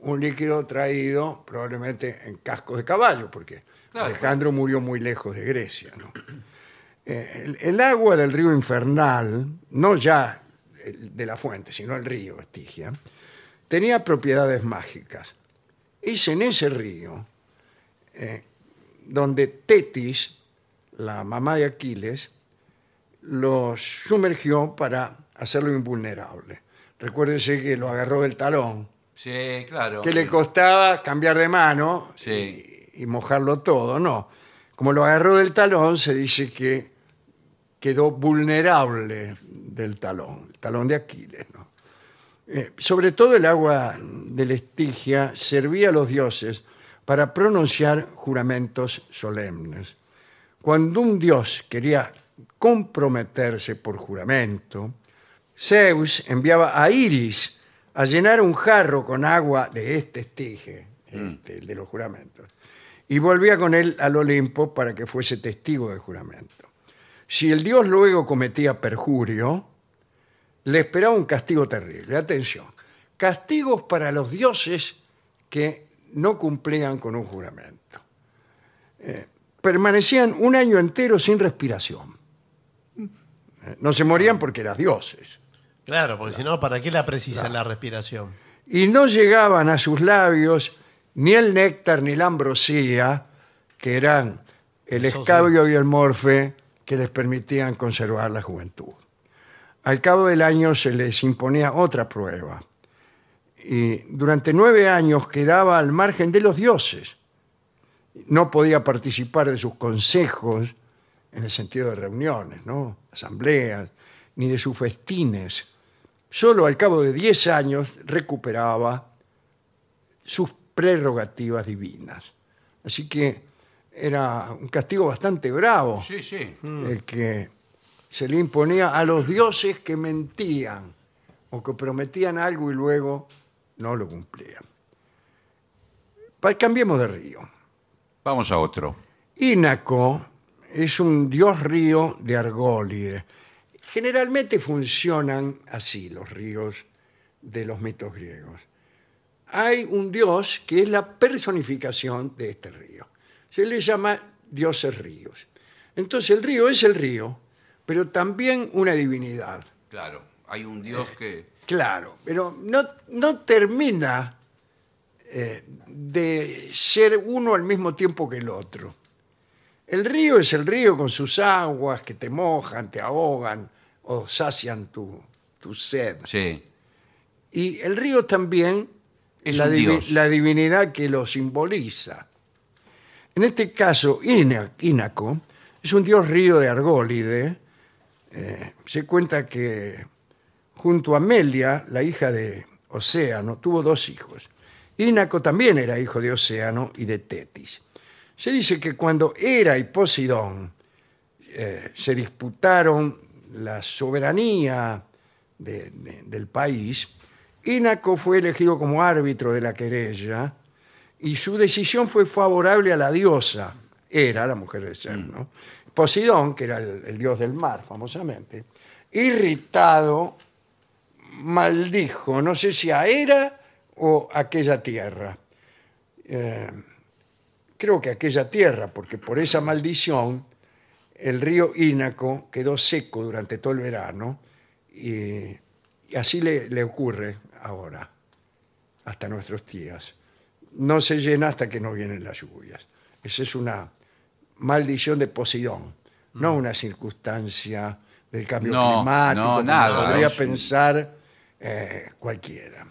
B: Un líquido traído probablemente en cascos de caballo, porque
D: Claro.
B: Alejandro murió muy lejos de Grecia. ¿no? Eh, el, el agua del río infernal, no ya el- de la fuente, sino el río Estigia, tenía propiedades mágicas. Es en ese río eh, donde Tetis, la mamá de Aquiles, lo sumergió para hacerlo invulnerable. Recuérdese que lo agarró del talón,
D: sí, claro.
B: que le costaba cambiar de mano
D: Sí.
B: y, y mojarlo todo, no. Como lo agarró del talón, se dice que quedó vulnerable del talón, el talón de Aquiles. ¿no? Eh, sobre todo el agua del Estigia servía a los dioses para pronunciar juramentos solemnes. Cuando un dios quería comprometerse por juramento, Zeus enviaba a Iris a llenar un jarro con agua de este estige, este, el de los juramentos, y volvía con él al Olimpo para que fuese testigo del juramento. Si el dios luego cometía perjurio, le esperaba un castigo terrible. Atención, castigos para los dioses que no cumplían con un juramento. Eh, permanecían un año entero sin respiración. Eh, No se morían porque eran dioses.
C: Claro, porque si no, ¿para qué la precisan la respiración?
B: y no llegaban a sus labios ni el néctar ni la ambrosía, que eran el
C: Eso sí.
B: escabio y el morfe que les permitían conservar la juventud. Al cabo del año se les imponía otra prueba y durante nueve años quedaba al margen de los dioses. No podía participar de sus consejos en el sentido de reuniones, ¿no? asambleas, ni de sus festines solo al cabo de 10 años recuperaba sus prerrogativas divinas. Así que era un castigo bastante bravo
D: Sí, sí.
B: el que se le imponía a los dioses que mentían o que prometían algo y luego no lo cumplían. Pa- cambiemos de río.
D: Vamos a otro.
B: Ínaco es un dios río de Argólide. Generalmente funcionan así los ríos de los mitos griegos. Hay un dios que es la personificación de este río. Se le llama dioses ríos. Entonces el río es el río, pero también una divinidad.
D: Claro. Hay un dios
C: Eh.
D: que.
B: Claro, pero no, no termina eh, de ser uno al mismo tiempo que el otro. El río es el río con sus aguas que te mojan, te ahogan o sacian tu, tu sed.
D: Sí.
B: Y el río también
D: Es
B: la,
D: un
B: divi-
D: dios.
B: la divinidad que lo simboliza. En este caso, Ina- Ínaco es un dios río de Argólide. Eh, se cuenta que junto a Melia, la hija de Océano, tuvo dos hijos. Ínaco también era hijo de Océano y de Tetis. Se dice que cuando Hera y Posidón eh, se disputaron la soberanía de- de- del país, Inaco fue elegido como árbitro de la querella y su decisión fue favorable a la diosa, era la mujer de Ser, ¿no? Posidón, que era el, el dios del mar, famosamente, irritado, maldijo, no sé si a Hera o a aquella tierra. Eh, creo que aquella tierra, porque por esa maldición el río Ínaco quedó seco durante todo el verano y, y así le, le ocurre ahora, hasta nuestros días. No se llena hasta que no vienen las lluvias. Esa es una maldición de Posidón, no una circunstancia del cambio
D: Mm. No,
B: climático,
D: no,
B: como
D: nada,
B: podría
D: es un-
B: pensar eh, cualquiera.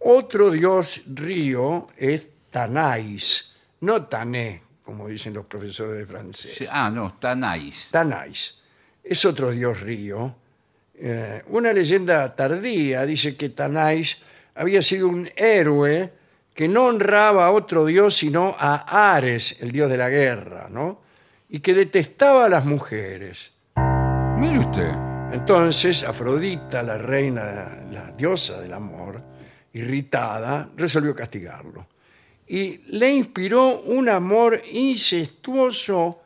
B: Otro dios río es Tanais, no Tané, como dicen los profesores de francés.
D: Sí, Ah, no, está nice.
B: Tanais. Es otro dios río. Eh, una leyenda tardía dice que Tanais había sido un héroe que no honraba a otro dios sino a Ares, el dios de la guerra, ¿no? Y que detestaba a las mujeres.
D: Mire usted.
B: Entonces, Afrodita, la reina, la diosa del amor, irritada, resolvió castigarlo. Y le inspiró un amor incestuoso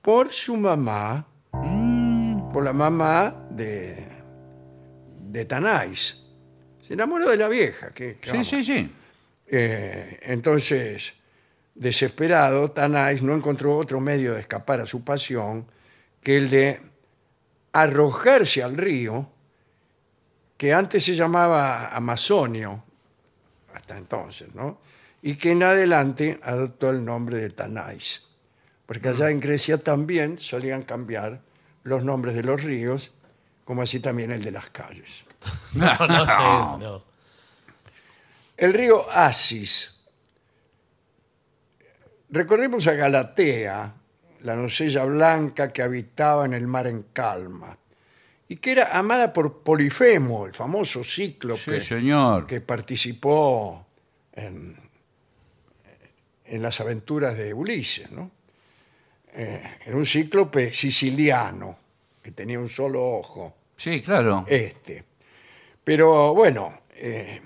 B: por su mamá,
D: Mm.
B: por la mamá de, de Tanais. Se enamoró de la vieja. Que, que
D: Sí,
B: vamos.
D: sí, sí.
B: Eh, entonces, desesperado, Tanais no encontró otro medio de escapar a su pasión que el de arrojarse al río, que antes se llamaba Amazonio, hasta entonces, ¿no? Y que en adelante adoptó el nombre de Tanais. Porque allá en Grecia también solían cambiar los nombres de los ríos, como así también el de las calles.
C: No, no sé, señor.
B: El río Asis. Recordemos a Galatea, la doncella blanca que habitaba en el mar en calma y que era amada por Polifemo, el famoso
D: Sí,
B: cíclope
D: señor.
B: que participó en, en las aventuras de Ulises. ¿no? Eh, era un cíclope siciliano que tenía un solo ojo
D: Sí, claro.
B: este. Pero bueno, eh,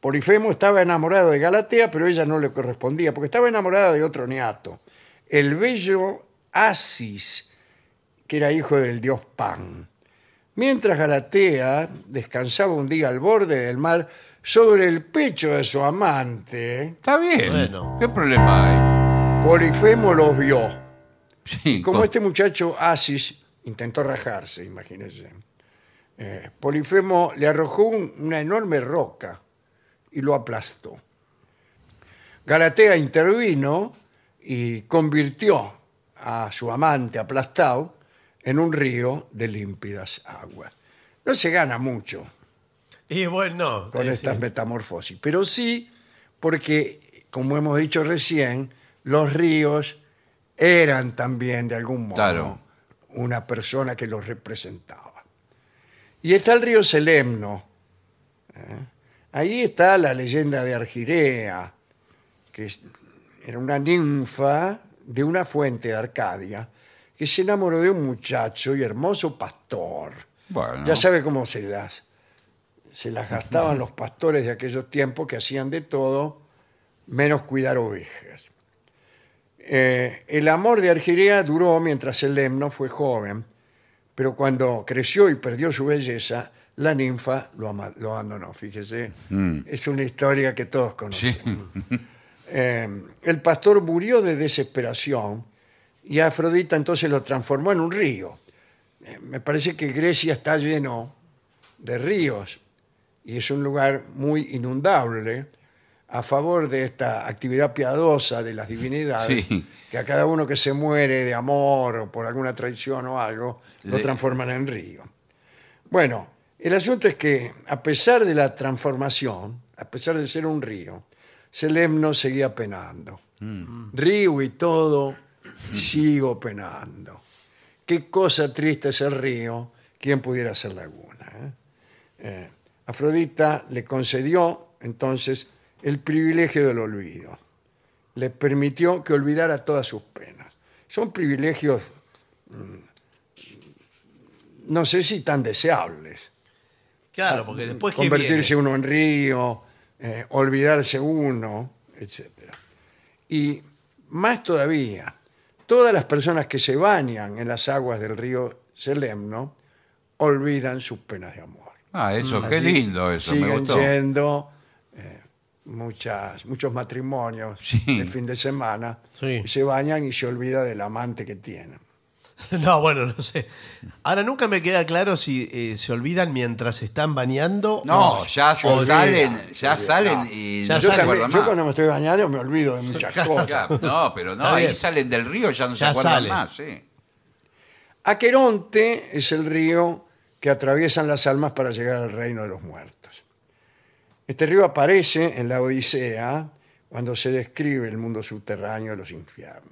B: Polifemo estaba enamorado de Galatea, pero ella no le correspondía, porque estaba enamorada de otro neato, el bello Asis, que era hijo del dios Pan. Mientras Galatea descansaba un día al borde del mar, sobre el pecho de su amante,
D: Está bien.
C: Bueno.
D: ¿Qué problema hay?
B: Polifemo los vio.
D: Sí,
B: Como
D: co-
B: este muchacho Asis intentó rajarse, imagínense. eh, Polifemo le arrojó un- una enorme roca y lo aplastó. Galatea intervino y convirtió a su amante aplastado en un río de límpidas aguas. No se gana mucho
C: Y bueno,
B: con
C: eh,
B: estas
C: sí.
B: metamorfosis. Pero sí, porque, como hemos dicho recién, los ríos eran también, de algún modo,
D: Claro.
B: una persona que los representaba. Y está el río Selemno. ¿eh? Ahí está la leyenda de Argirea, que es- era una ninfa de una fuente de Arcadia, que se enamoró de un muchacho y hermoso pastor.
D: Bueno.
B: Ya sabe cómo se las, se las gastaban los pastores de aquellos tiempos que hacían de todo menos cuidar ovejas. Eh, el amor de Argelia duró mientras Selemno fue joven, pero cuando creció y perdió su belleza, la ninfa lo, ama- lo abandonó. Fíjese, es una historia que todos conocemos. Eh, el pastor murió de desesperación y Afrodita entonces lo transformó en un río. Eh, Me parece que Grecia está lleno de ríos y es un lugar muy inundable a favor de esta actividad piadosa de las divinidades,
D: Sí.
B: que a cada uno que se muere de amor o por alguna traición o algo, lo
D: Le-
B: transforman en río. Bueno, el asunto es que a pesar de la transformación, a pesar de ser un río, Selemno seguía penando.
D: Mm.
B: Río y todo, sigo penando. Qué cosa triste es el río, quién pudiera ser laguna. eh? Eh, Afrodita le concedió entonces el privilegio del olvido. Le permitió que olvidara todas sus penas. Son privilegios mm, no sé si tan deseables.
D: Ah,
C: Claro, porque después que
B: Convertirse
C: viene.
B: uno en río, eh, olvidarse uno, etc. Y más todavía, todas las personas que se bañan en las aguas del río Selemno olvidan sus penas de amor.
D: Ah, eso, qué
B: Así
D: lindo eso, me
B: siguen
D: gustó.
B: yendo eh, muchas, muchos matrimonios
D: Sí.
B: de fin de semana,
C: Sí.
B: se bañan y se olvida del amante que tienen.
C: No, bueno, no sé. Ahora nunca me queda claro si eh, se olvidan mientras se están bañando.
D: No,
C: o-
D: ya
C: o de-
D: salen, ya
B: sí,
D: salen
B: no.
D: y
C: Ya
D: no se
B: Yo,
C: salen.
B: también, Ah,
D: acuerdan
B: yo
D: más.
B: cuando me estoy bañando me olvido de muchas cosas.
D: Claro, No, pero no,
C: Está
D: ahí
C: bien.
D: salen del río, ya no se
C: Ya
D: acuerdan
C: salen.
D: más, sí.
B: Aqueronte es el río que atraviesan las almas para llegar al reino de los muertos. Este río aparece en la Odisea cuando se describe el mundo subterráneo de los infiernos.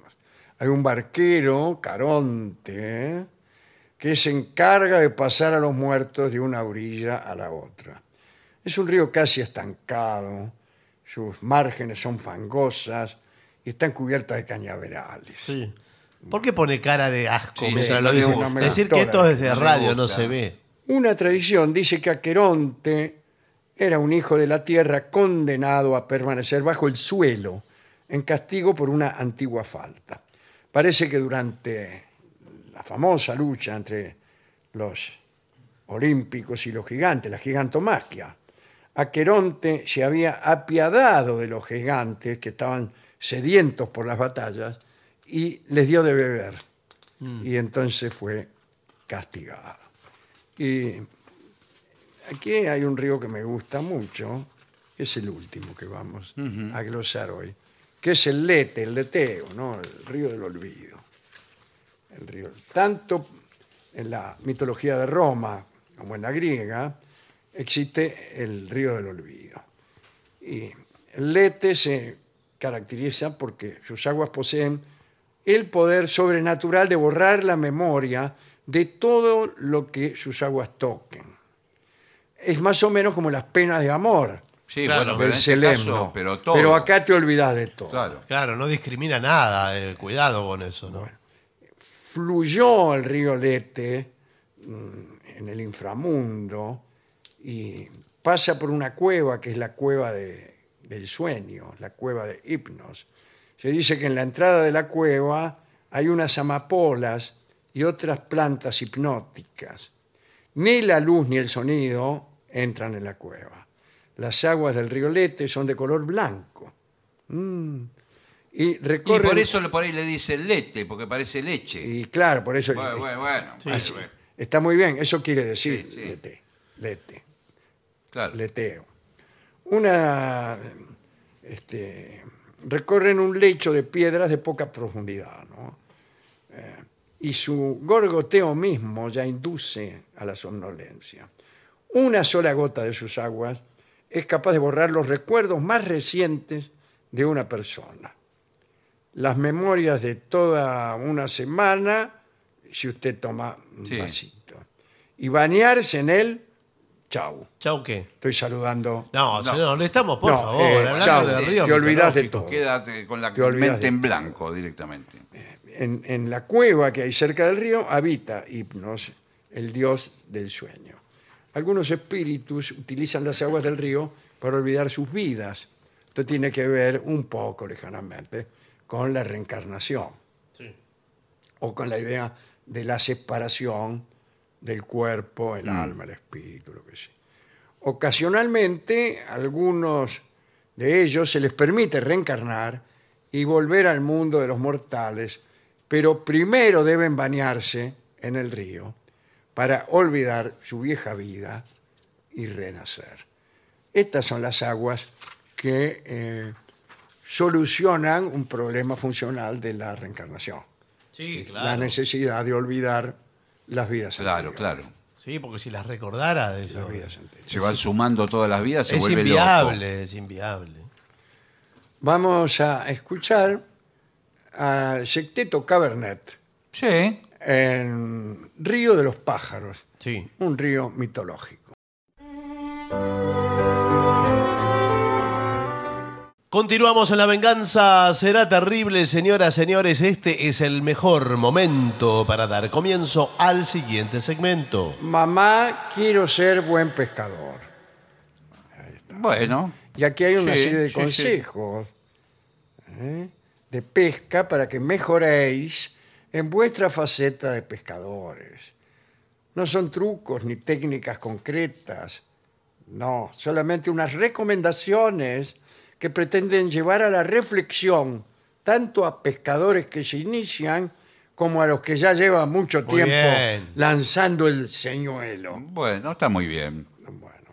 B: Hay un barquero, Caronte, que se encarga de pasar a los muertos de una orilla a la otra. Es un río casi estancado, sus márgenes son fangosas y están cubiertas de cañaverales.
C: Sí. ¿Por qué pone cara de asco
D: Sí,
C: mientras
D: sí,
C: lo
D: no me
C: dice?
D: gusta, no me
C: Decir
B: gustó
C: que
B: la-
C: esto es de
D: no me
C: radio, no
D: gusta.
C: se ve.
B: Una tradición dice que Aqueronte era un hijo de la tierra condenado a permanecer bajo el suelo en castigo por una antigua falta. Parece que durante la famosa lucha entre los olímpicos y los gigantes, la gigantomaquia, Aqueronte se había apiadado de los gigantes que estaban sedientos por las batallas y les dio de beber. Y entonces fue castigado. Y aquí hay un río que me gusta mucho, es el último que vamos a glosar hoy, que es el Lete, el Leteo, ¿no? El río del olvido. El río. Tanto en la mitología de Roma como en la griega existe el río del olvido. Y el Lete se caracteriza porque sus aguas poseen el poder sobrenatural de borrar la memoria de todo lo que sus aguas toquen. Es más o menos como las penas de amor
D: Sí,
C: Claro,
D: bueno,
B: del
D: pero en este
B: Selemno.
D: caso, pero todo.
B: acá te olvidas de todo.
D: Claro.
C: Claro, no discrimina nada. eh, cuidado con eso, ¿no?
B: fluyó el río Lete mm, en el inframundo y pasa por una cueva que es la cueva de- del sueño, la cueva de hipnos. Se dice que en la entrada de la cueva hay unas amapolas y otras plantas hipnóticas. Ni la luz ni el sonido entran en la cueva. Las aguas del río Lete son de color blanco. Mm. Y
D: Y
B: recorren...
D: por eso le- por ahí le dicen lete, porque parece leche.
B: y claro, por eso...
D: Bueno, bueno, bueno,
B: Así.
D: bueno,
B: Está muy bien, eso quiere decir
D: Sí, sí.
B: lete, lete,
D: claro.
B: leteo. Una, este, recorren un lecho de piedras de poca profundidad, ¿no? Eh, y su gorgoteo mismo ya induce a la somnolencia. Una sola gota de sus aguas es capaz de borrar los recuerdos más recientes de una persona. Las memorias de toda una semana, si usted toma un
D: Sí.
B: vasito. Y bañarse en él, chau.
C: Chau, ¿qué?
B: Estoy saludando.
C: No,
D: No.
C: señor, le estamos, por
B: No,
C: favor.
B: eh,
C: hablando
B: chau,
C: de
D: sí,
C: río
B: te olvidás de
C: mitológico.
B: todo.
D: Quédate con la
B: Te olvidas
D: mente
B: de-
D: en blanco directamente.
B: En, en la cueva que hay cerca del río habita Hipnos, el dios del sueño. Algunos espíritus utilizan las aguas del río para olvidar sus vidas. Esto tiene que ver un poco lejanamente con la reencarnación
C: Sí.
B: o con la idea de la separación del cuerpo, el alma, el espíritu, lo que sea. Ocasionalmente, a algunos de ellos se les permite reencarnar y volver al mundo de los mortales, pero primero deben bañarse en el río para olvidar su vieja vida y renacer. Estas son las aguas que eh, solucionan un problema funcional de la reencarnación
C: Sí,
B: la
C: claro.
B: necesidad de olvidar las vidas
D: Claro,
B: anteriores.
D: claro.
C: Sí, porque si las recordara de eso.
B: Las vidas anteriores.
D: Se van sumando todas las vidas, se
C: Es
D: vuelve
C: inviable,
D: loco.
C: es inviable.
B: Vamos a escuchar al Secteto Cabernet
D: Sí.
B: en Río de los Pájaros,
C: Sí.
B: un río mitológico.
C: Continuamos en la venganza. Será terrible, señoras, señores. Este es el mejor momento para dar comienzo al siguiente segmento.
B: Mamá, quiero ser buen pescador.
D: Bueno,
B: Y aquí hay una
D: Sí,
B: serie de
D: sí, sí.
B: consejos ¿eh? de pesca para que mejoréis en vuestra faceta de pescadores. No son trucos ni técnicas concretas, no, solamente unas recomendaciones que pretenden llevar a la reflexión tanto a pescadores que se inician como a los que ya llevan mucho
C: Muy
B: tiempo
C: bien.
B: lanzando el señuelo.
D: bueno, está muy bien.
B: Bueno,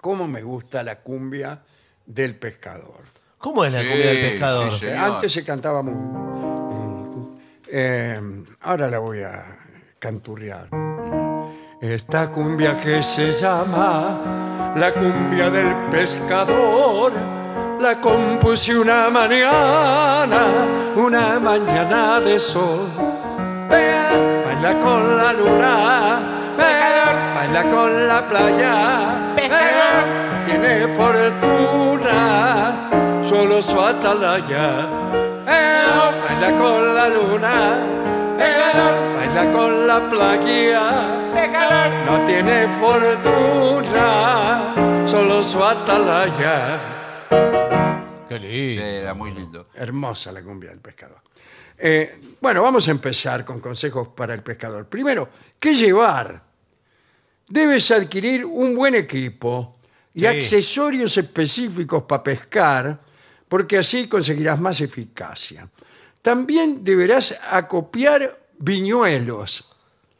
B: ¿cómo me gusta la cumbia del pescador?
C: ¿Cómo es la
D: Sí,
C: cumbia del pescador?
D: sí, sí. Señor.
B: Antes se cantaba muy... Eh, ahora la voy a canturrear. Esta cumbia que se llama la cumbia del pescador, la compuse una mañana, una mañana de sol. Ven, baila con la luna, ven, baila con la playa, pescador tiene fortuna, solo su atalaya. Eh, baila con la luna, eh, baila con la playa. No tiene fortuna, solo su atalaya.
C: Qué
D: Sí,
C: lindo.
D: era muy lindo.
B: Hermosa la cumbia del pescador. Eh, bueno, vamos a empezar con consejos para el pescador. Primero, ¿qué llevar? Debes adquirir un buen equipo y
C: Sí.
B: accesorios específicos para pescar, porque así conseguirás más eficacia. También deberás acopiar viñuelos.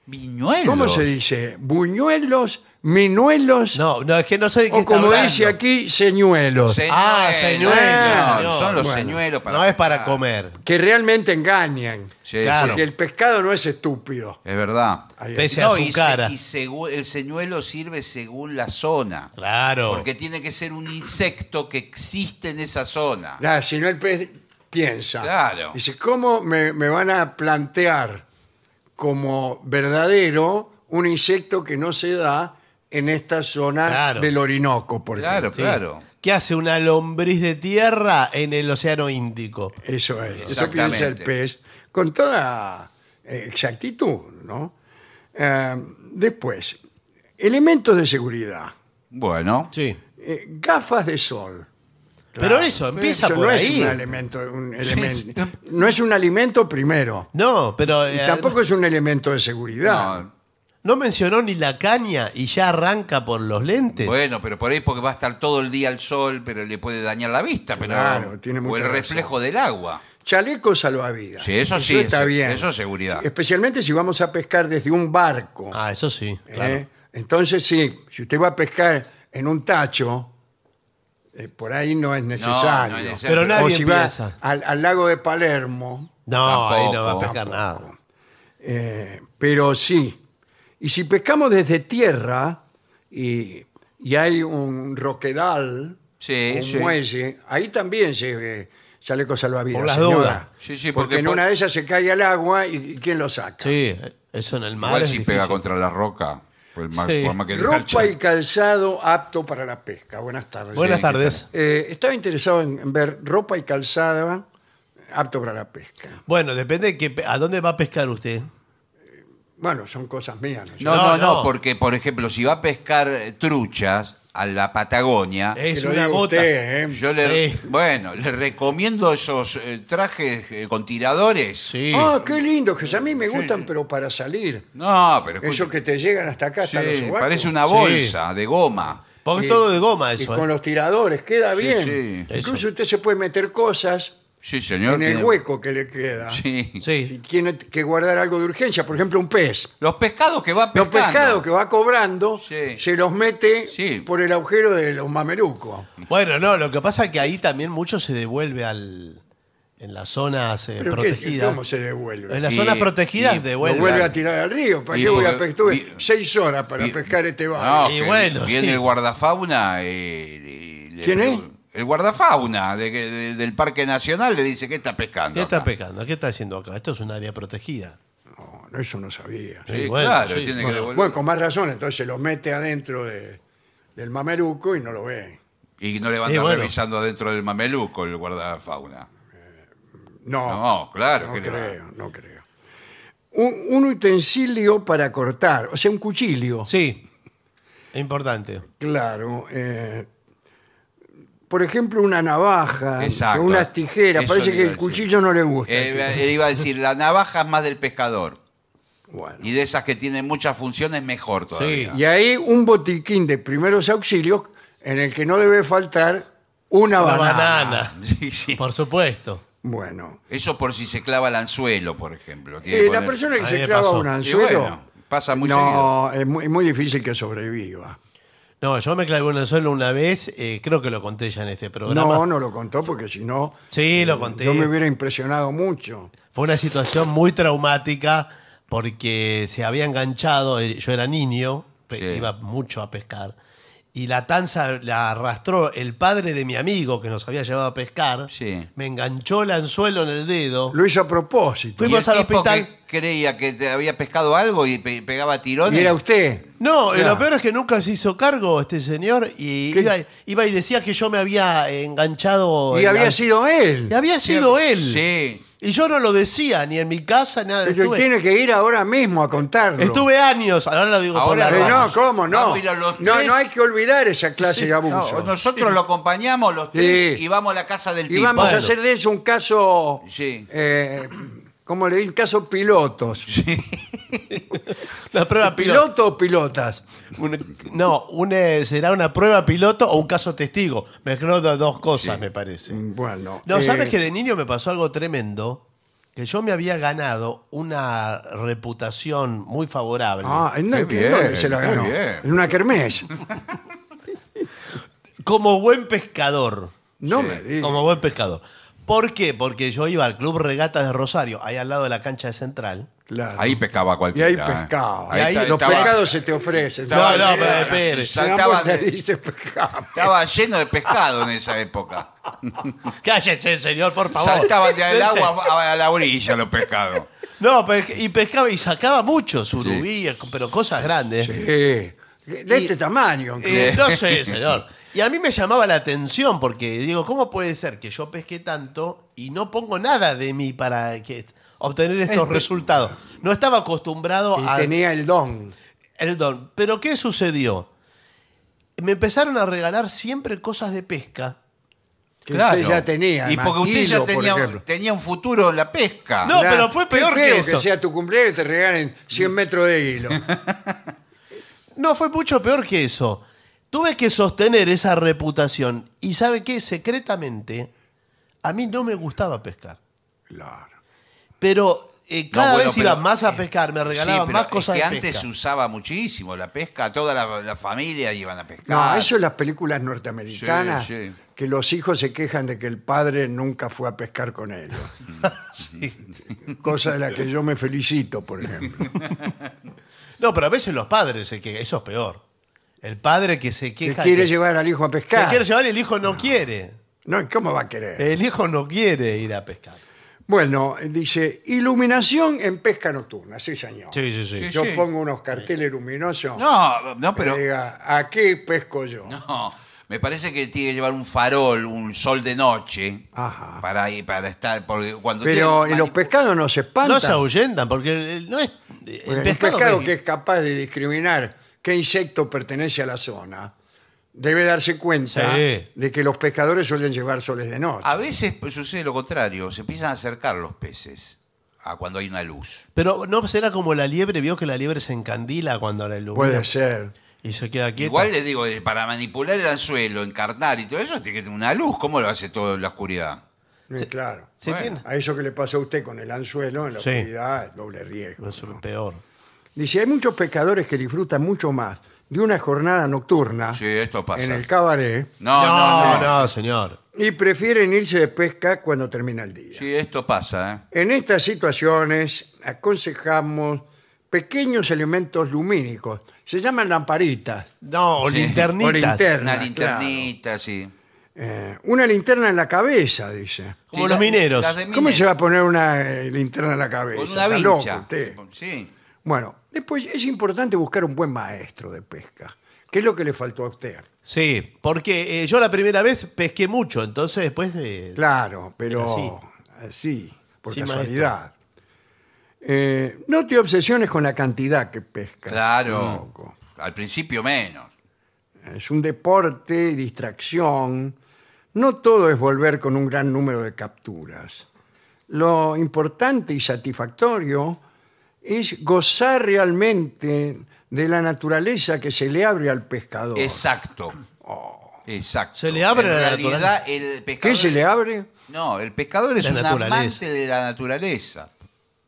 D: Viñuelos.
B: ¿Cómo se dice? Buñuelos, minuelos
C: No, no, es que no sé de qué
B: o
C: está
B: como
C: hablando.
B: dice aquí, señuelos,
D: Señuelos.
C: Ah, señuelos,
D: No,
C: señor.
D: son los
B: Bueno,
D: señuelos para.
C: No es para
D: pescar.
C: comer.
B: que realmente engañan.
D: Sí,
C: Claro.
B: Porque el pescado no es estúpido.
D: Es verdad.
B: Ahí
C: Pese a
D: No,
C: su
D: y, se-
C: cara.
D: y segu- el señuelo sirve según la zona.
C: Claro.
D: Porque tiene que ser un insecto que existe en esa zona.
B: Claro, si no el pez piensa.
D: Claro.
B: Dice, ¿cómo me, me van a plantear como verdadero un insecto que no se da en esta zona
C: Claro.
B: del Orinoco, por
D: Claro,
B: ejemplo?
C: Sí.
D: claro.
C: ¿Qué hace una lombriz de tierra en el Océano Índico?
B: Eso es, eso
D: Exactamente.
B: piensa el pez con toda eh, exactitud, ¿no? Eh, después, elementos de seguridad.
D: Bueno.
C: Sí.
B: Eh, gafas de sol.
C: Pero eso, empieza
B: Eso
C: por
B: no
C: ahí.
B: es un elemento, un
D: sí.
B: elemento. No es un alimento primero.
C: No, pero
B: Y
C: eh,
B: tampoco es un elemento de seguridad.
D: no,
C: no mencionó ni la caña y ya arranca por los lentes.
D: bueno, pero por ahí porque va a estar todo el día al sol, pero le puede dañar la vista. Pero,
B: Claro, tiene
D: o
B: mucha
D: el
B: razón.
D: reflejo del agua.
B: Chaleco salvavidas.
D: Sí, eso sí,
B: está
D: eso-
B: bien.
D: eso es seguridad.
B: Especialmente si vamos a pescar desde un barco.
C: Ah, eso sí,
B: ¿eh?
C: claro.
B: Entonces, sí, si usted va a pescar en un tacho, eh, por ahí no es necesario.
D: no es necesario.
C: Pero
B: o
C: nadie
B: si
C: empieza.
B: va al, al lago de Palermo,
C: No, ahí no va a
D: Tampoco.
C: pescar nada.
B: eh, pero sí. Y si pescamos desde tierra y, y hay un roquedal,
D: Sí,
B: un
D: sí.
B: muelle, ahí también se eh, chaleco salvavidas.
C: Por las
B: señora.
C: dudas.
D: Sí,
B: porque,
D: sí, porque
B: en
D: por-
B: una de ellas se cae al agua y, y ¿quién lo saca?
C: Sí, eso en el mar.
D: Igual
C: es
D: si
C: difícil.
D: pega contra la roca. Por más,
C: Sí.
D: por más que
B: Ropa y calzado apto para la pesca. Buenas tardes.
C: Buenas
D: Sí,
C: tardes.
B: Eh, estaba interesado en, en ver ropa y calzada apto para la pesca.
C: Bueno, depende de que, pe- a dónde va a pescar usted.
B: Bueno, son cosas mías. ¿no?
D: No,
C: No,
D: no, no,
C: no.
D: porque, por ejemplo, si va a pescar eh, truchas a la Patagonia,
C: Es
B: Que lo
C: una
B: diga
C: gota.
B: usted, ¿eh?
D: yo le,
C: Sí.
D: bueno, le recomiendo esos eh, trajes eh, con tiradores.
C: Sí.
B: Ah, qué lindo, que a mí me
D: Sí,
B: gustan,
D: sí.
B: pero para salir.
D: No, pero escuche,
B: Esos que te llegan hasta acá, hasta
D: sí,
B: los sobacos.
D: parece una
C: Sí.
D: bolsa de goma.
B: Y-
C: Porque es todo de goma
B: Y
C: eso.
B: con
C: ¿eh?
B: los tiradores, queda bien.
D: sí.
B: Incluso usted se puede meter cosas
D: Sí, señor.
B: en el
D: tiene-
B: hueco que le queda.
D: Sí.
B: Y
C: Sí.
B: tiene que guardar algo de urgencia, por ejemplo, un pez.
D: Los pescados que va
B: Los
D: pescando.
B: pescados que va cobrando
D: Sí.
B: se los mete
D: Sí.
B: por el agujero de los mamelucos.
C: Bueno, no, lo que pasa es que ahí también mucho se devuelve al en las zonas eh,
B: ¿Pero qué-
C: protegidas.
B: ¿Cómo se devuelve?
C: En las
D: Y-
C: zonas protegidas
D: y-
B: Lo
C: devuelve.
B: vuelve a tirar al río. ¿Para
D: Y
B: qué voy a
D: porque-
B: pescar? Tuve
D: y-
B: seis horas para
D: y-
B: pescar este
D: No,
B: barco.
C: Y
D: que
C: bueno,
D: Ah, viene
C: sí.
D: el guardafauna. eh, le- le-
B: ¿Quién es?
D: El guardafauna de que- de- del Parque Nacional le dice que está pescando.
C: ¿Qué está
D: acá?"
C: pescando? ¿Qué está haciendo acá? Esto es un área protegida.
B: No, no, eso no sabía.
D: Sí,
C: Sí, bueno,
D: claro,
C: sí.
D: tiene que
B: Bueno,
D: devolver.
B: bueno, con más razón, entonces se lo mete adentro de- del mameluco y no lo ve.
D: Y no le van a
C: Y
D: estar
C: bueno.
D: revisando adentro del mameluco el guardafauna.
B: No,
D: No, Eh, claro.
B: no
D: ¿qué le va?
B: creo, no creo. Un, un utensilio para cortar, o sea, un cuchillo.
C: Sí, es importante.
B: Claro. eh, por ejemplo, una navaja,
D: Exacto.
B: o unas tijeras.
D: Eso
B: Parece
D: le
B: que
D: iba a
B: el
D: decir.
B: cuchillo no le gusta.
D: Eh, él iba a decir, la navaja es más del pescador.
B: Bueno.
D: Y de esas que tienen muchas funciones, mejor todavía.
B: Y ahí un botiquín de primeros auxilios en el que no debe faltar una,
C: La
B: banana.
C: banana,
D: Sí, sí.
C: por supuesto.
B: Bueno.
D: Eso por si se clava el anzuelo, por ejemplo. Tiene
B: Eh,
D: que
B: la
D: poner-
B: persona que
C: Ahí
B: se
C: me
B: clava
C: pasó.
B: un
C: Y
B: anzuelo.
D: bueno, pasa muy
B: no, es muy, muy difícil que sobreviva.
C: No, yo me clavé un anzuelo una vez, eh, creo que lo conté ya en este programa.
B: No, no lo contó porque si no,
C: Sí, lo conté.
B: yo me hubiera impresionado mucho.
C: Fue una situación muy traumática porque se había enganchado, eh, yo era niño, pe-
D: Sí.
C: iba mucho a pescar, y la tanza la arrastró el padre de mi amigo que nos había llevado a pescar,
D: Sí.
C: me enganchó el anzuelo en el dedo.
B: Lo hizo a propósito.
C: Fui-
D: Y el
C: Fuimos al
D: tipo
C: hospital.
D: que creía que te había pescado algo y pe- pegaba
B: Y
D: tirones.
B: era usted.
C: No, eh,
B: Ya.
C: lo peor es que nunca se hizo cargo este señor y
B: ¿Qué?
C: iba, iba y decía que yo me había enganchado.
B: Y
C: en
B: había
C: la-
B: sido él.
C: Y había sido él.
D: Sí.
C: Y yo no lo decía, ni en mi casa, nada.
B: Pero
C: Estuve,
B: tiene que ir ahora mismo a contarlo.
C: estuve años, ahora lo digo
D: Ahora
C: por
B: Pero
C: la
B: no,
C: radio.
B: ¿cómo no?
D: Vamos a ir a los
B: No,
D: tres.
B: no hay que olvidar esa clase
C: Sí,
B: de abuso.
D: No, nosotros lo acompañamos los
B: Sí.
D: tres y vamos a la casa del
B: y
D: tipo.
B: vamos a
C: bueno.
B: hacer de eso un caso,
D: Sí.
B: eh, como le di, caso pilotos.
C: Una prueba piloto.
B: ¿Piloto o pilotas?
C: Un- no, un, eh, será una prueba piloto o un caso testigo. Mezcló do- dos cosas, me parece.
D: Mm,
B: Bueno.
C: No,
B: eh,
C: sabes que de niño me pasó algo tremendo. Que yo me había ganado una reputación muy favorable.
B: Ah, no
D: Qué
B: entiendo
D: bien,
B: dónde se la
D: qué
B: ganó.
D: bien.
B: En una kermés.
C: Como buen pescador.
B: No
D: Sí.
B: me digas.
C: Como buen pescador. ¿Por qué? Porque yo iba al Club Regata de Rosario, ahí al lado de la cancha de Central.
B: Claro.
D: Ahí pescaba
B: y
D: cualquiera.
B: ahí
D: ¿eh?
B: pescaba.
D: Ahí
B: Ahí
D: está-
B: los
D: estaba-
B: pescados se te ofrecen.
D: Estaba-
C: No, no, pero espere.
B: Se dan
D: Saltaba
B: vuelta
D: de-
B: y dice pescado.
D: Estaba lleno de pescado en esa época.
B: Ah.
C: Cállese, señor, por favor.
D: Saltaban de al agua a- a la orilla los pescados.
C: No, pe- y pescaba y sacaba mucho, surubíes, pero cosas grandes.
B: Eh, de este tamaño.
C: Eh,
B: incluso.
C: no sé, señor. Y a mí me llamaba la atención porque digo, ¿cómo puede ser que yo pesqué tanto y no pongo nada de mí para que- obtener estos resultados? No estaba acostumbrado
B: Eh, Y
C: a
B: tenía el don.
C: el don. Pero ¿qué sucedió? Me empezaron a regalar siempre cosas de pesca.
B: Que
D: Claro.
B: usted ya tenía.
D: Y porque usted
B: Maquilo,
D: ya
B: por
D: tenía,
B: ejemplo.
D: tenía un futuro en la pesca.
C: No,
B: Claro.
C: pero fue
B: Qué
C: peor que
B: feo
C: eso.
B: sea tu cumpleaños y te regalen 100
D: Mm.
B: metros de hilo.
C: No, fue mucho peor que eso. Tuve que sostener esa reputación. Y sabe qué, secretamente, a mí no me gustaba pescar.
B: Claro.
C: Pero eh, cada
D: bueno,
C: vez iba
D: pero- eh,
C: más a pescar, me regalaban
D: Sí, pero
C: más cosas
D: es que
C: de
D: antes se
C: pesca.
D: usaba muchísimo la pesca, toda la, la familia iban a
B: No,
D: pescar.
B: eso en las películas norteamericanas,
D: Sí, sí.
B: que los hijos se quejan de que el padre nunca fue a pescar con ellos. Cosa de la que yo me felicito, por ejemplo.
C: No, pero a veces los padres se quejan, eso es peor. El padre que se
B: Que
C: queja.
B: quiere
C: que-
B: llevar al hijo a
C: que
B: pescar.
C: quiere Eh. llevar y el hijo no quiere.
B: No, ¿y ¿cómo va a querer?
C: El hijo no quiere ir a pescar.
B: Bueno, dice, iluminación en pesca nocturna, sí señor.
C: Sí, sí, sí.
B: Yo
D: sí.
B: pongo unos carteles luminosos
D: No,
B: pero...
D: no, pero.
B: que
C: Eh,
B: diga, ¿a qué pesco yo?
D: No, me parece que tiene que llevar un farol, un sol de noche.
B: Ajá.
D: Para, ir- para estar. Porque cuando
B: Pero
D: tienen
B: en los
D: mani-
B: pescados no se espantan.
C: No se ahuyentan, porque el- el- no es. El
B: Bueno, un
C: pescado,
B: pescado
C: me-
B: que es capaz de discriminar qué insecto pertenece a la zona debe darse cuenta
C: Sí. Ah,
B: de que los pescadores suelen llevar soles de noche.
D: A veces pues, sucede lo contrario, se empiezan a acercar los peces a cuando hay una luz.
C: Pero no será como la liebre, vio que la liebre se encandila cuando la ilumina.
B: Puede ser.
C: Y se queda quieta.
D: Igual les digo, eh, para manipular el anzuelo, encarnar y todo eso, tiene que tener una luz. ¿Cómo lo hace todo en la oscuridad?
B: Eh, claro.
C: ¿Se
D: Bueno.
C: entiende?
B: A eso que le pasó a usted con el anzuelo en la
C: Sí.
B: oscuridad, doble riesgo.
C: Eso es peor.
B: Dice, hay muchos pescadores que disfrutan mucho más de una jornada nocturna
D: Sí, esto pasa.
B: en el cabaret
D: No, no, no.
C: no, señor.
B: y prefieren irse de pesca cuando termina el día.
D: Sí, esto pasa, ¿eh?
B: En estas situaciones aconsejamos pequeños elementos lumínicos. Se llaman lamparitas.
C: No, o
D: Sí.
C: linternitas.
B: O linterna,
D: Una linternita, sí.
B: Eh, una linterna en la cabeza, dice.
C: Como
D: Sí,
C: los
D: la-
C: mineros.
D: las de
B: ¿Cómo
D: mineros.
B: se va a poner una eh, linterna en la cabeza?
D: Con una
B: Está loco
D: vincha.
B: usted.
D: Sí.
B: Bueno, después es importante buscar un buen maestro de pesca ¿Qué es lo que le faltó a usted?
C: Sí, porque eh, yo la primera vez pesqué mucho, entonces después eh,
B: Claro, pero
C: Así.
B: así, por
C: Sí,
B: casualidad. Eh, no te obsesiones con la cantidad que pescas.
D: Claro.
B: tampoco.
D: Al principio menos.
B: Es un deporte, y distracción. No todo es volver con un gran número de capturas. Lo importante y satisfactorio es gozar realmente de la naturaleza que se le abre al pescador.
D: Exacto. Exacto.
C: Se le abre
D: En
C: la
D: realidad,
C: naturaleza.
D: el pescador.
B: Oh. ¿Qué se le abre?
D: No, el pescador es
C: La
D: un
C: naturaleza.
D: amante de la naturaleza.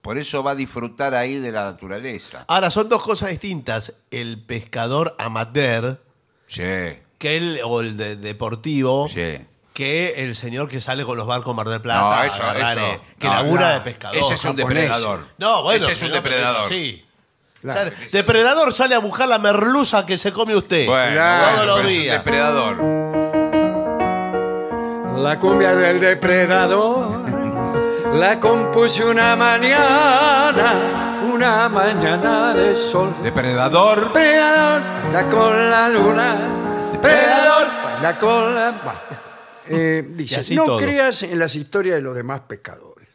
D: Por eso va a disfrutar ahí de la naturaleza.
C: Ahora, son dos cosas distintas. El pescador amateur
D: Sí,
C: que el, o el de- deportivo
D: sí.
C: que el señor que sale con los barcos Mar del Plata.
D: No,
C: a
D: eso,
C: agarrar,
D: eso.
C: eh, que
D: No,
C: labura
B: no.
C: de pescador.
D: Ese es un
B: japonés.
D: depredador.
C: No, bueno.
D: Ese es un
C: pero
D: depredador.
C: Sí.
B: Claro.
C: Sale- depredador sale a buscar la merluza que se come usted.
D: Bueno,
B: Claro.
D: bueno,
C: Todos los
D: pero es un
C: días.
D: depredador.
B: La cumbia del depredador la compuse una mañana, una mañana de sol.
D: Depredador.
B: Depredador, la con la luna. Depredador, la con la. Bah. Eh,
C: Y
B: dice,
C: así
B: no
C: todo.
B: creas en las historias de los demás pescadores.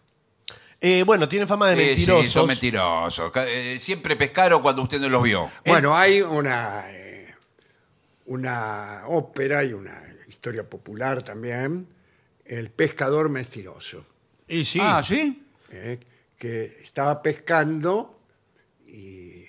C: Eh, bueno, tiene fama de
D: Sí, sí,
C: mentirosos.
D: son mentirosos. Ca- eh, Siempre pescaron cuando usted no los vio.
B: Bueno, hay una, eh, una ópera y una historia popular también, El pescador mentiroso.
C: Y sí.
D: Ah, ¿sí?
B: ¿eh? que estaba pescando y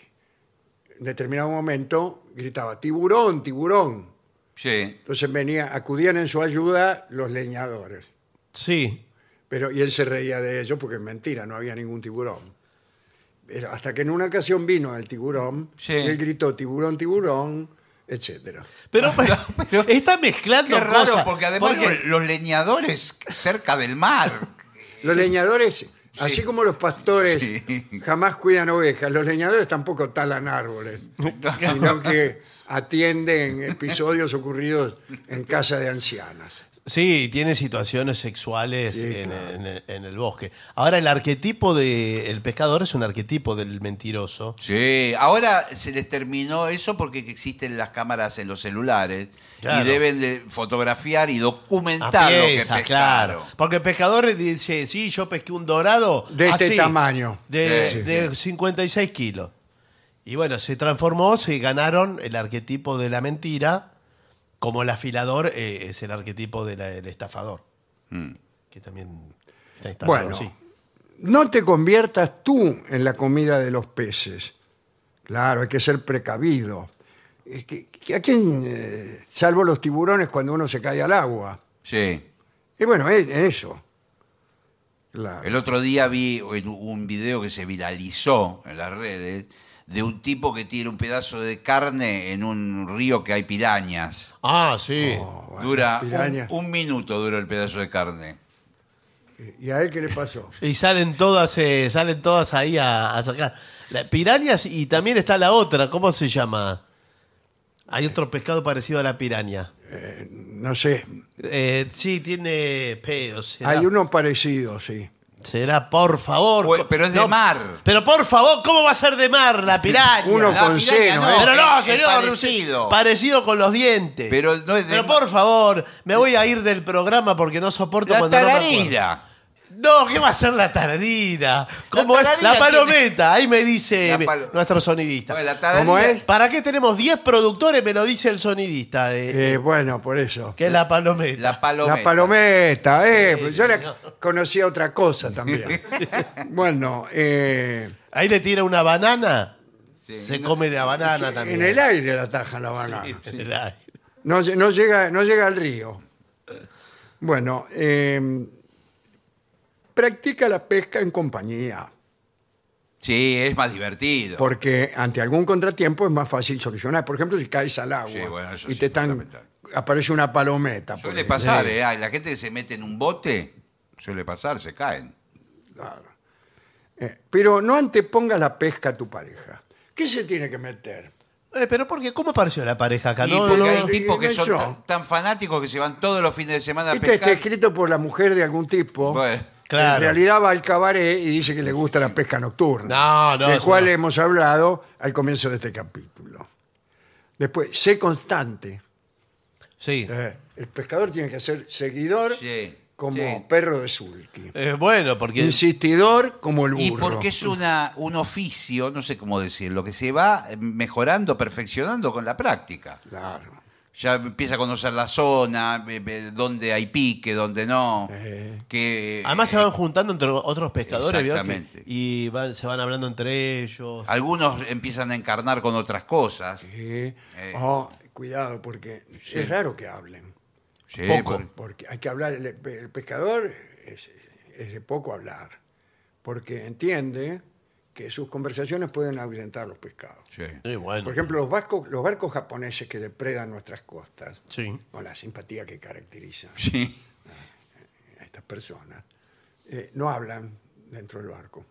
B: en determinado momento gritaba tiburón, tiburón.
D: Sí.
B: Entonces venía, acudían en su ayuda los leñadores.
C: Sí.
B: Pero, y él se reía de ellos porque es mentira, no había ningún tiburón. Pero hasta que en una ocasión vino el tiburón
D: Sí.
B: y él gritó tiburón, tiburón, etcétera.
C: Pero,
D: pero-
C: está mezclando
D: Qué raro,
C: cosas,
D: porque además
C: porque-
D: lo- los leñadores cerca del mar.
B: Los leñadores, así como los pastores
D: Sí.
B: jamás cuidan ovejas, los leñadores tampoco talan árboles, sino que atienden episodios ocurridos en casa de ancianas.
C: Sí, tiene situaciones sexuales
B: Sí,
C: en,
B: claro.
C: en el- en el bosque. Ahora, el arquetipo del pescador es un arquetipo del mentiroso.
D: Sí, ahora se les terminó eso porque existen las cámaras en los celulares
C: Claro.
D: y deben de fotografiar y
C: A
D: documentar lo que
C: pieza,
D: pescaron.
C: claro. Porque el pescador dice, sí, yo pesqué un dorado.
B: De este
C: así,
B: tamaño.
C: De,
D: Sí.
C: de 56 kilos. Y bueno, se transformó, se ganaron el arquetipo de la mentira, como el afilador eh, es el arquetipo del estafador.
D: Mm.
C: Que también está instalado
B: Bueno.
C: así.
B: No te conviertas tú en la comida de los peces. Claro, hay que ser precavido. Es que- que ¿A quién, eh, salvo los tiburones cuando uno se cae al agua?
D: Sí.
B: Y bueno, es, eso. Claro.
D: El otro día vi en un video que se viralizó en las redes de un tipo que tira un pedazo de carne en un río que hay pirañas.
C: Ah, sí.
B: Bueno,
D: Dura un,
B: piraña.
D: un minuto duró el pedazo de carne.
B: ¿Y a él qué le pasó?
C: Y salen todas, eh, salen todas ahí a, a sacar. La- pirañas y también está la otra, ¿cómo se llama? Hay otro pescado parecido a la piraña.
B: No sé.
C: Eh, sí, tiene pedos. Será,
B: Hay uno parecido,
D: Eh,
B: sí.
C: será, por favor.
D: Bueno,
C: co-
D: pero es de mar.
C: Pero por favor, ¿cómo va a ser de mar la piraña?
B: Uno
D: La
B: con
D: Ah, piraña
B: seno,
D: no,
B: ¿eh?
C: pero
D: es-
C: no,
D: es
C: señor.
D: parecido.
C: usted- Parecido con los dientes.
D: Pero no es de
C: Pero por favor, me voy a ir del programa porque no soporto
D: La
C: cuando no me acuerdo.
D: tararira.
C: No, ¿qué va a ser la tararina? ¿Cómo es?
D: tararina
C: La palometa, ahí me dice
D: La palo-
C: nuestro sonidista.
D: Bueno, la
B: ¿Cómo
D: tararira-
B: es?
C: ¿Para qué tenemos 10 productores? Me lo dice el sonidista, eh,
B: Eh, bueno, por eso.
C: que es la palometa.
D: La palometa.
B: La palometa, eh. pues yo la
C: no.
B: conocía otra cosa también. bueno, eh,
C: Ahí le tira una banana,
D: Sí.
C: se come la banana también.
B: en el aire la tajan la banana.
C: En el aire.
B: No, lle- no llega, no llega al río. Bueno, eh, practica la pesca en compañía,
D: Sí, es más divertido.
B: porque ante algún contratiempo es más fácil solucionar. Por ejemplo, si caes al agua
D: Sí, bueno, eso
B: y
D: sí,
B: te están,
D: fundamental.
B: aparece una palometa. por
D: Suele
B: ejemplo.
D: pasar, ¿eh? Ay, La gente que se mete en un bote, suele pasar, se caen.
B: Eh, Pero no antepongas la pesca a tu pareja. ¿Qué se tiene que meter?
C: Eh, pero porque, ¿cómo apareció la pareja acá?
D: Y
C: No,
D: porque
C: no-
D: hay tipos que
B: no,
D: son
B: yo. este
D: tan, tan fanáticos que se van todos los fines de semana a
B: Esto está
D: pescar.
B: escrito por la mujer de algún tipo.
D: Bueno,
C: Claro.
B: En realidad va al cabaret y dice que le gusta la pesca nocturna.
C: No, no,
B: Del
C: eso
B: cual
C: no.
B: hemos hablado al comienzo de este capítulo. Después, sé constante.
C: Sí.
B: Eh, el pescador tiene que ser seguidor
D: Sí,
B: como
D: sí.
B: perro de Zulki.
C: Eh, bueno, porque.
B: Insistidor como el burro.
D: Y porque es una, un oficio, no sé cómo decirlo, que se va mejorando, perfeccionando con la práctica.
B: Claro.
D: Ya empieza a conocer la zona, eh, eh, dónde hay pique, dónde no.
B: Eh.
D: Que,
C: Además se van juntando entre otros pescadores, ¿vio?
D: Exactamente. Ah.
C: Que- Y van- se van hablando entre ellos.
D: Algunos empiezan a encarnar con otras cosas.
B: Sí.
D: Eh.
B: Oh, cuidado, porque es raro que hablen.
D: Sí,
C: Poco.
D: por-
B: Porque hay que hablar. El, el pescador es, es de poco hablar. Porque entiende que sus conversaciones pueden ahuyentar los pescados.
D: sí.
C: Y bueno.
B: Por ejemplo, los barcos, los barcos japoneses que depredan nuestras costas,
C: Sí.
B: con la simpatía que caracteriza
D: Sí.
B: a estas personas, eh, no hablan dentro del barco.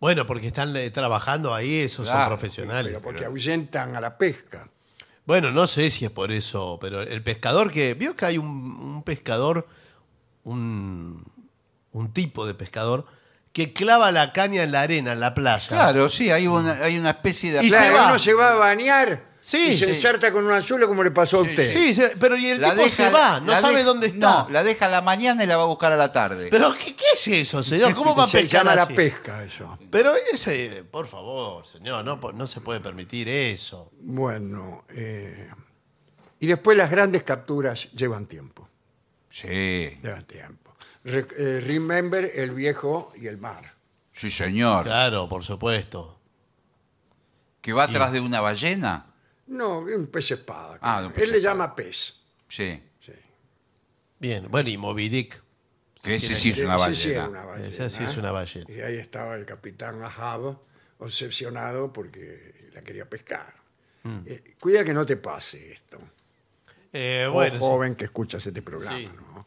C: Bueno, porque están eh, trabajando ahí, esos
D: Claro,
C: son profesionales.
B: Pero porque ahuyentan a la pesca.
C: Bueno, no sé si es por eso, pero el pescador que. ¿Vio que hay un, un pescador, un, un tipo de pescador, que clava la caña en la arena, en la playa?
D: Claro, sí, hay una, hay una especie de...
C: Y se
B: Claro,
C: va.
B: uno se va a bañar
C: Sí,
B: y se
C: sí.
B: ensarta con un anzuelo como le pasó a usted.
C: Sí, se- pero y el tipo se va, no
D: la
C: sabe
D: deja-
C: dónde está.
D: No, la deja a la mañana y la va a buscar a la tarde.
C: Pero ¿qué, qué es eso, señor? ¿Cómo va a
B: se
C: pescar
B: llama la
C: así?
B: pesca eso.
C: Pero ese, por favor, señor, no, po- no se puede permitir eso.
B: Bueno, eh, y después las grandes capturas llevan tiempo.
D: Sí,
B: Llevan tiempo. Re- eh, remember el viejo y el mar.
D: sí señor.
C: Claro, por supuesto.
D: ¿Que va atrás de una ballena?
B: No, un pez espada.
D: Ah, de un pez
B: Él le
D: espada.
B: llama pez.
D: Sí.
B: Sí.
C: Bien, bueno, y Moby Dick.
D: Que ese sí es
B: Sí,
D: una
B: sí, sí,
D: ballena.
B: es una ballena. ¿eh?
C: Esa sí es una ballena.
B: Y ahí estaba el capitán Ahab, obsesionado porque la quería pescar.
D: Mm.
B: Eh, cuida que no te pase esto.
C: Eh,
B: o
C: bueno, sí.
B: joven que escuchas este programa,
C: Sí.
B: ¿no?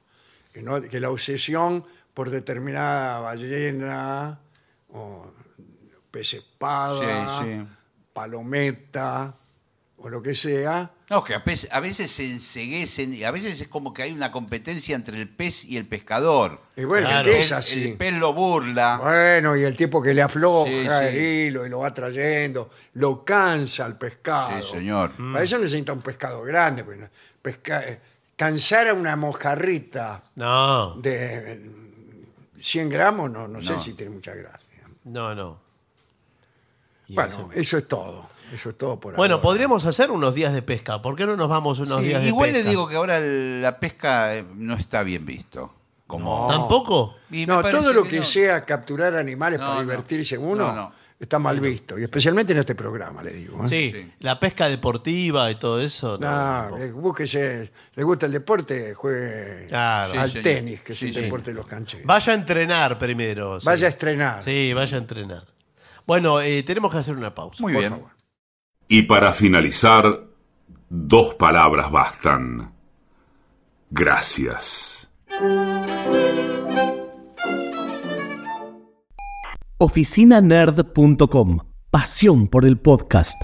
B: Que, no- que la obsesión por determinada ballena o pez espada,
D: Sí, sí.
B: palometa o lo que sea,
D: No, que a veces, a veces se enseguecen y a veces es como que hay una competencia entre el pez y el pescador.
B: y bueno,
C: Claro.
B: que es
D: El-
B: así.
D: El pez lo burla.
B: Bueno, y el tipo que le afloja
D: Sí,
B: el
D: sí.
B: hilo y lo va trayendo, lo cansa al pescado.
D: Sí, señor.
B: Para eso necesita un pescado grande. porque no- pesca- eh, cansar a una mojarrita
C: No,
B: de eh, 100 gramos, no, no, sé
D: No.
B: si tiene mucha gracia.
C: no, no. Y
B: Bueno,
C: eso-
B: eso es todo. Eso es todo por
C: bueno,
B: ahora.
C: podríamos hacer unos días de pesca. ¿Por qué no nos vamos unos
D: Sí,
C: días de
D: igual
C: pesca?
D: le digo que ahora el- la pesca eh, no está bien visto. Como...
C: ¿Tampoco?
D: Y me
B: No,
D: parece
B: todo lo que
D: no.
B: sea capturar animales
D: No,
B: para
D: no.
B: divertirse uno
D: No, no.
B: está mal visto. Y especialmente en este programa, le digo. ¿eh?
C: Sí,
D: Sí.
C: la pesca deportiva y todo eso. No,
B: No,
C: tampoco.
B: eh, búsquese, le gusta el deporte, juegue
C: Claro.
B: al
D: Sí, señor.
B: tenis, que es
D: Sí,
B: el
D: sí.
B: deporte de los cancheros.
C: Vaya a entrenar primero. sí.
B: Vaya a estrenar.
C: Sí, vaya a entrenar. Bueno, eh, tenemos que hacer una pausa.
D: Muy
B: por
D: bien.
B: favor.
E: Y para finalizar, dos palabras bastan. Gracias.
F: oficinanerd.com. Pasión por el podcast.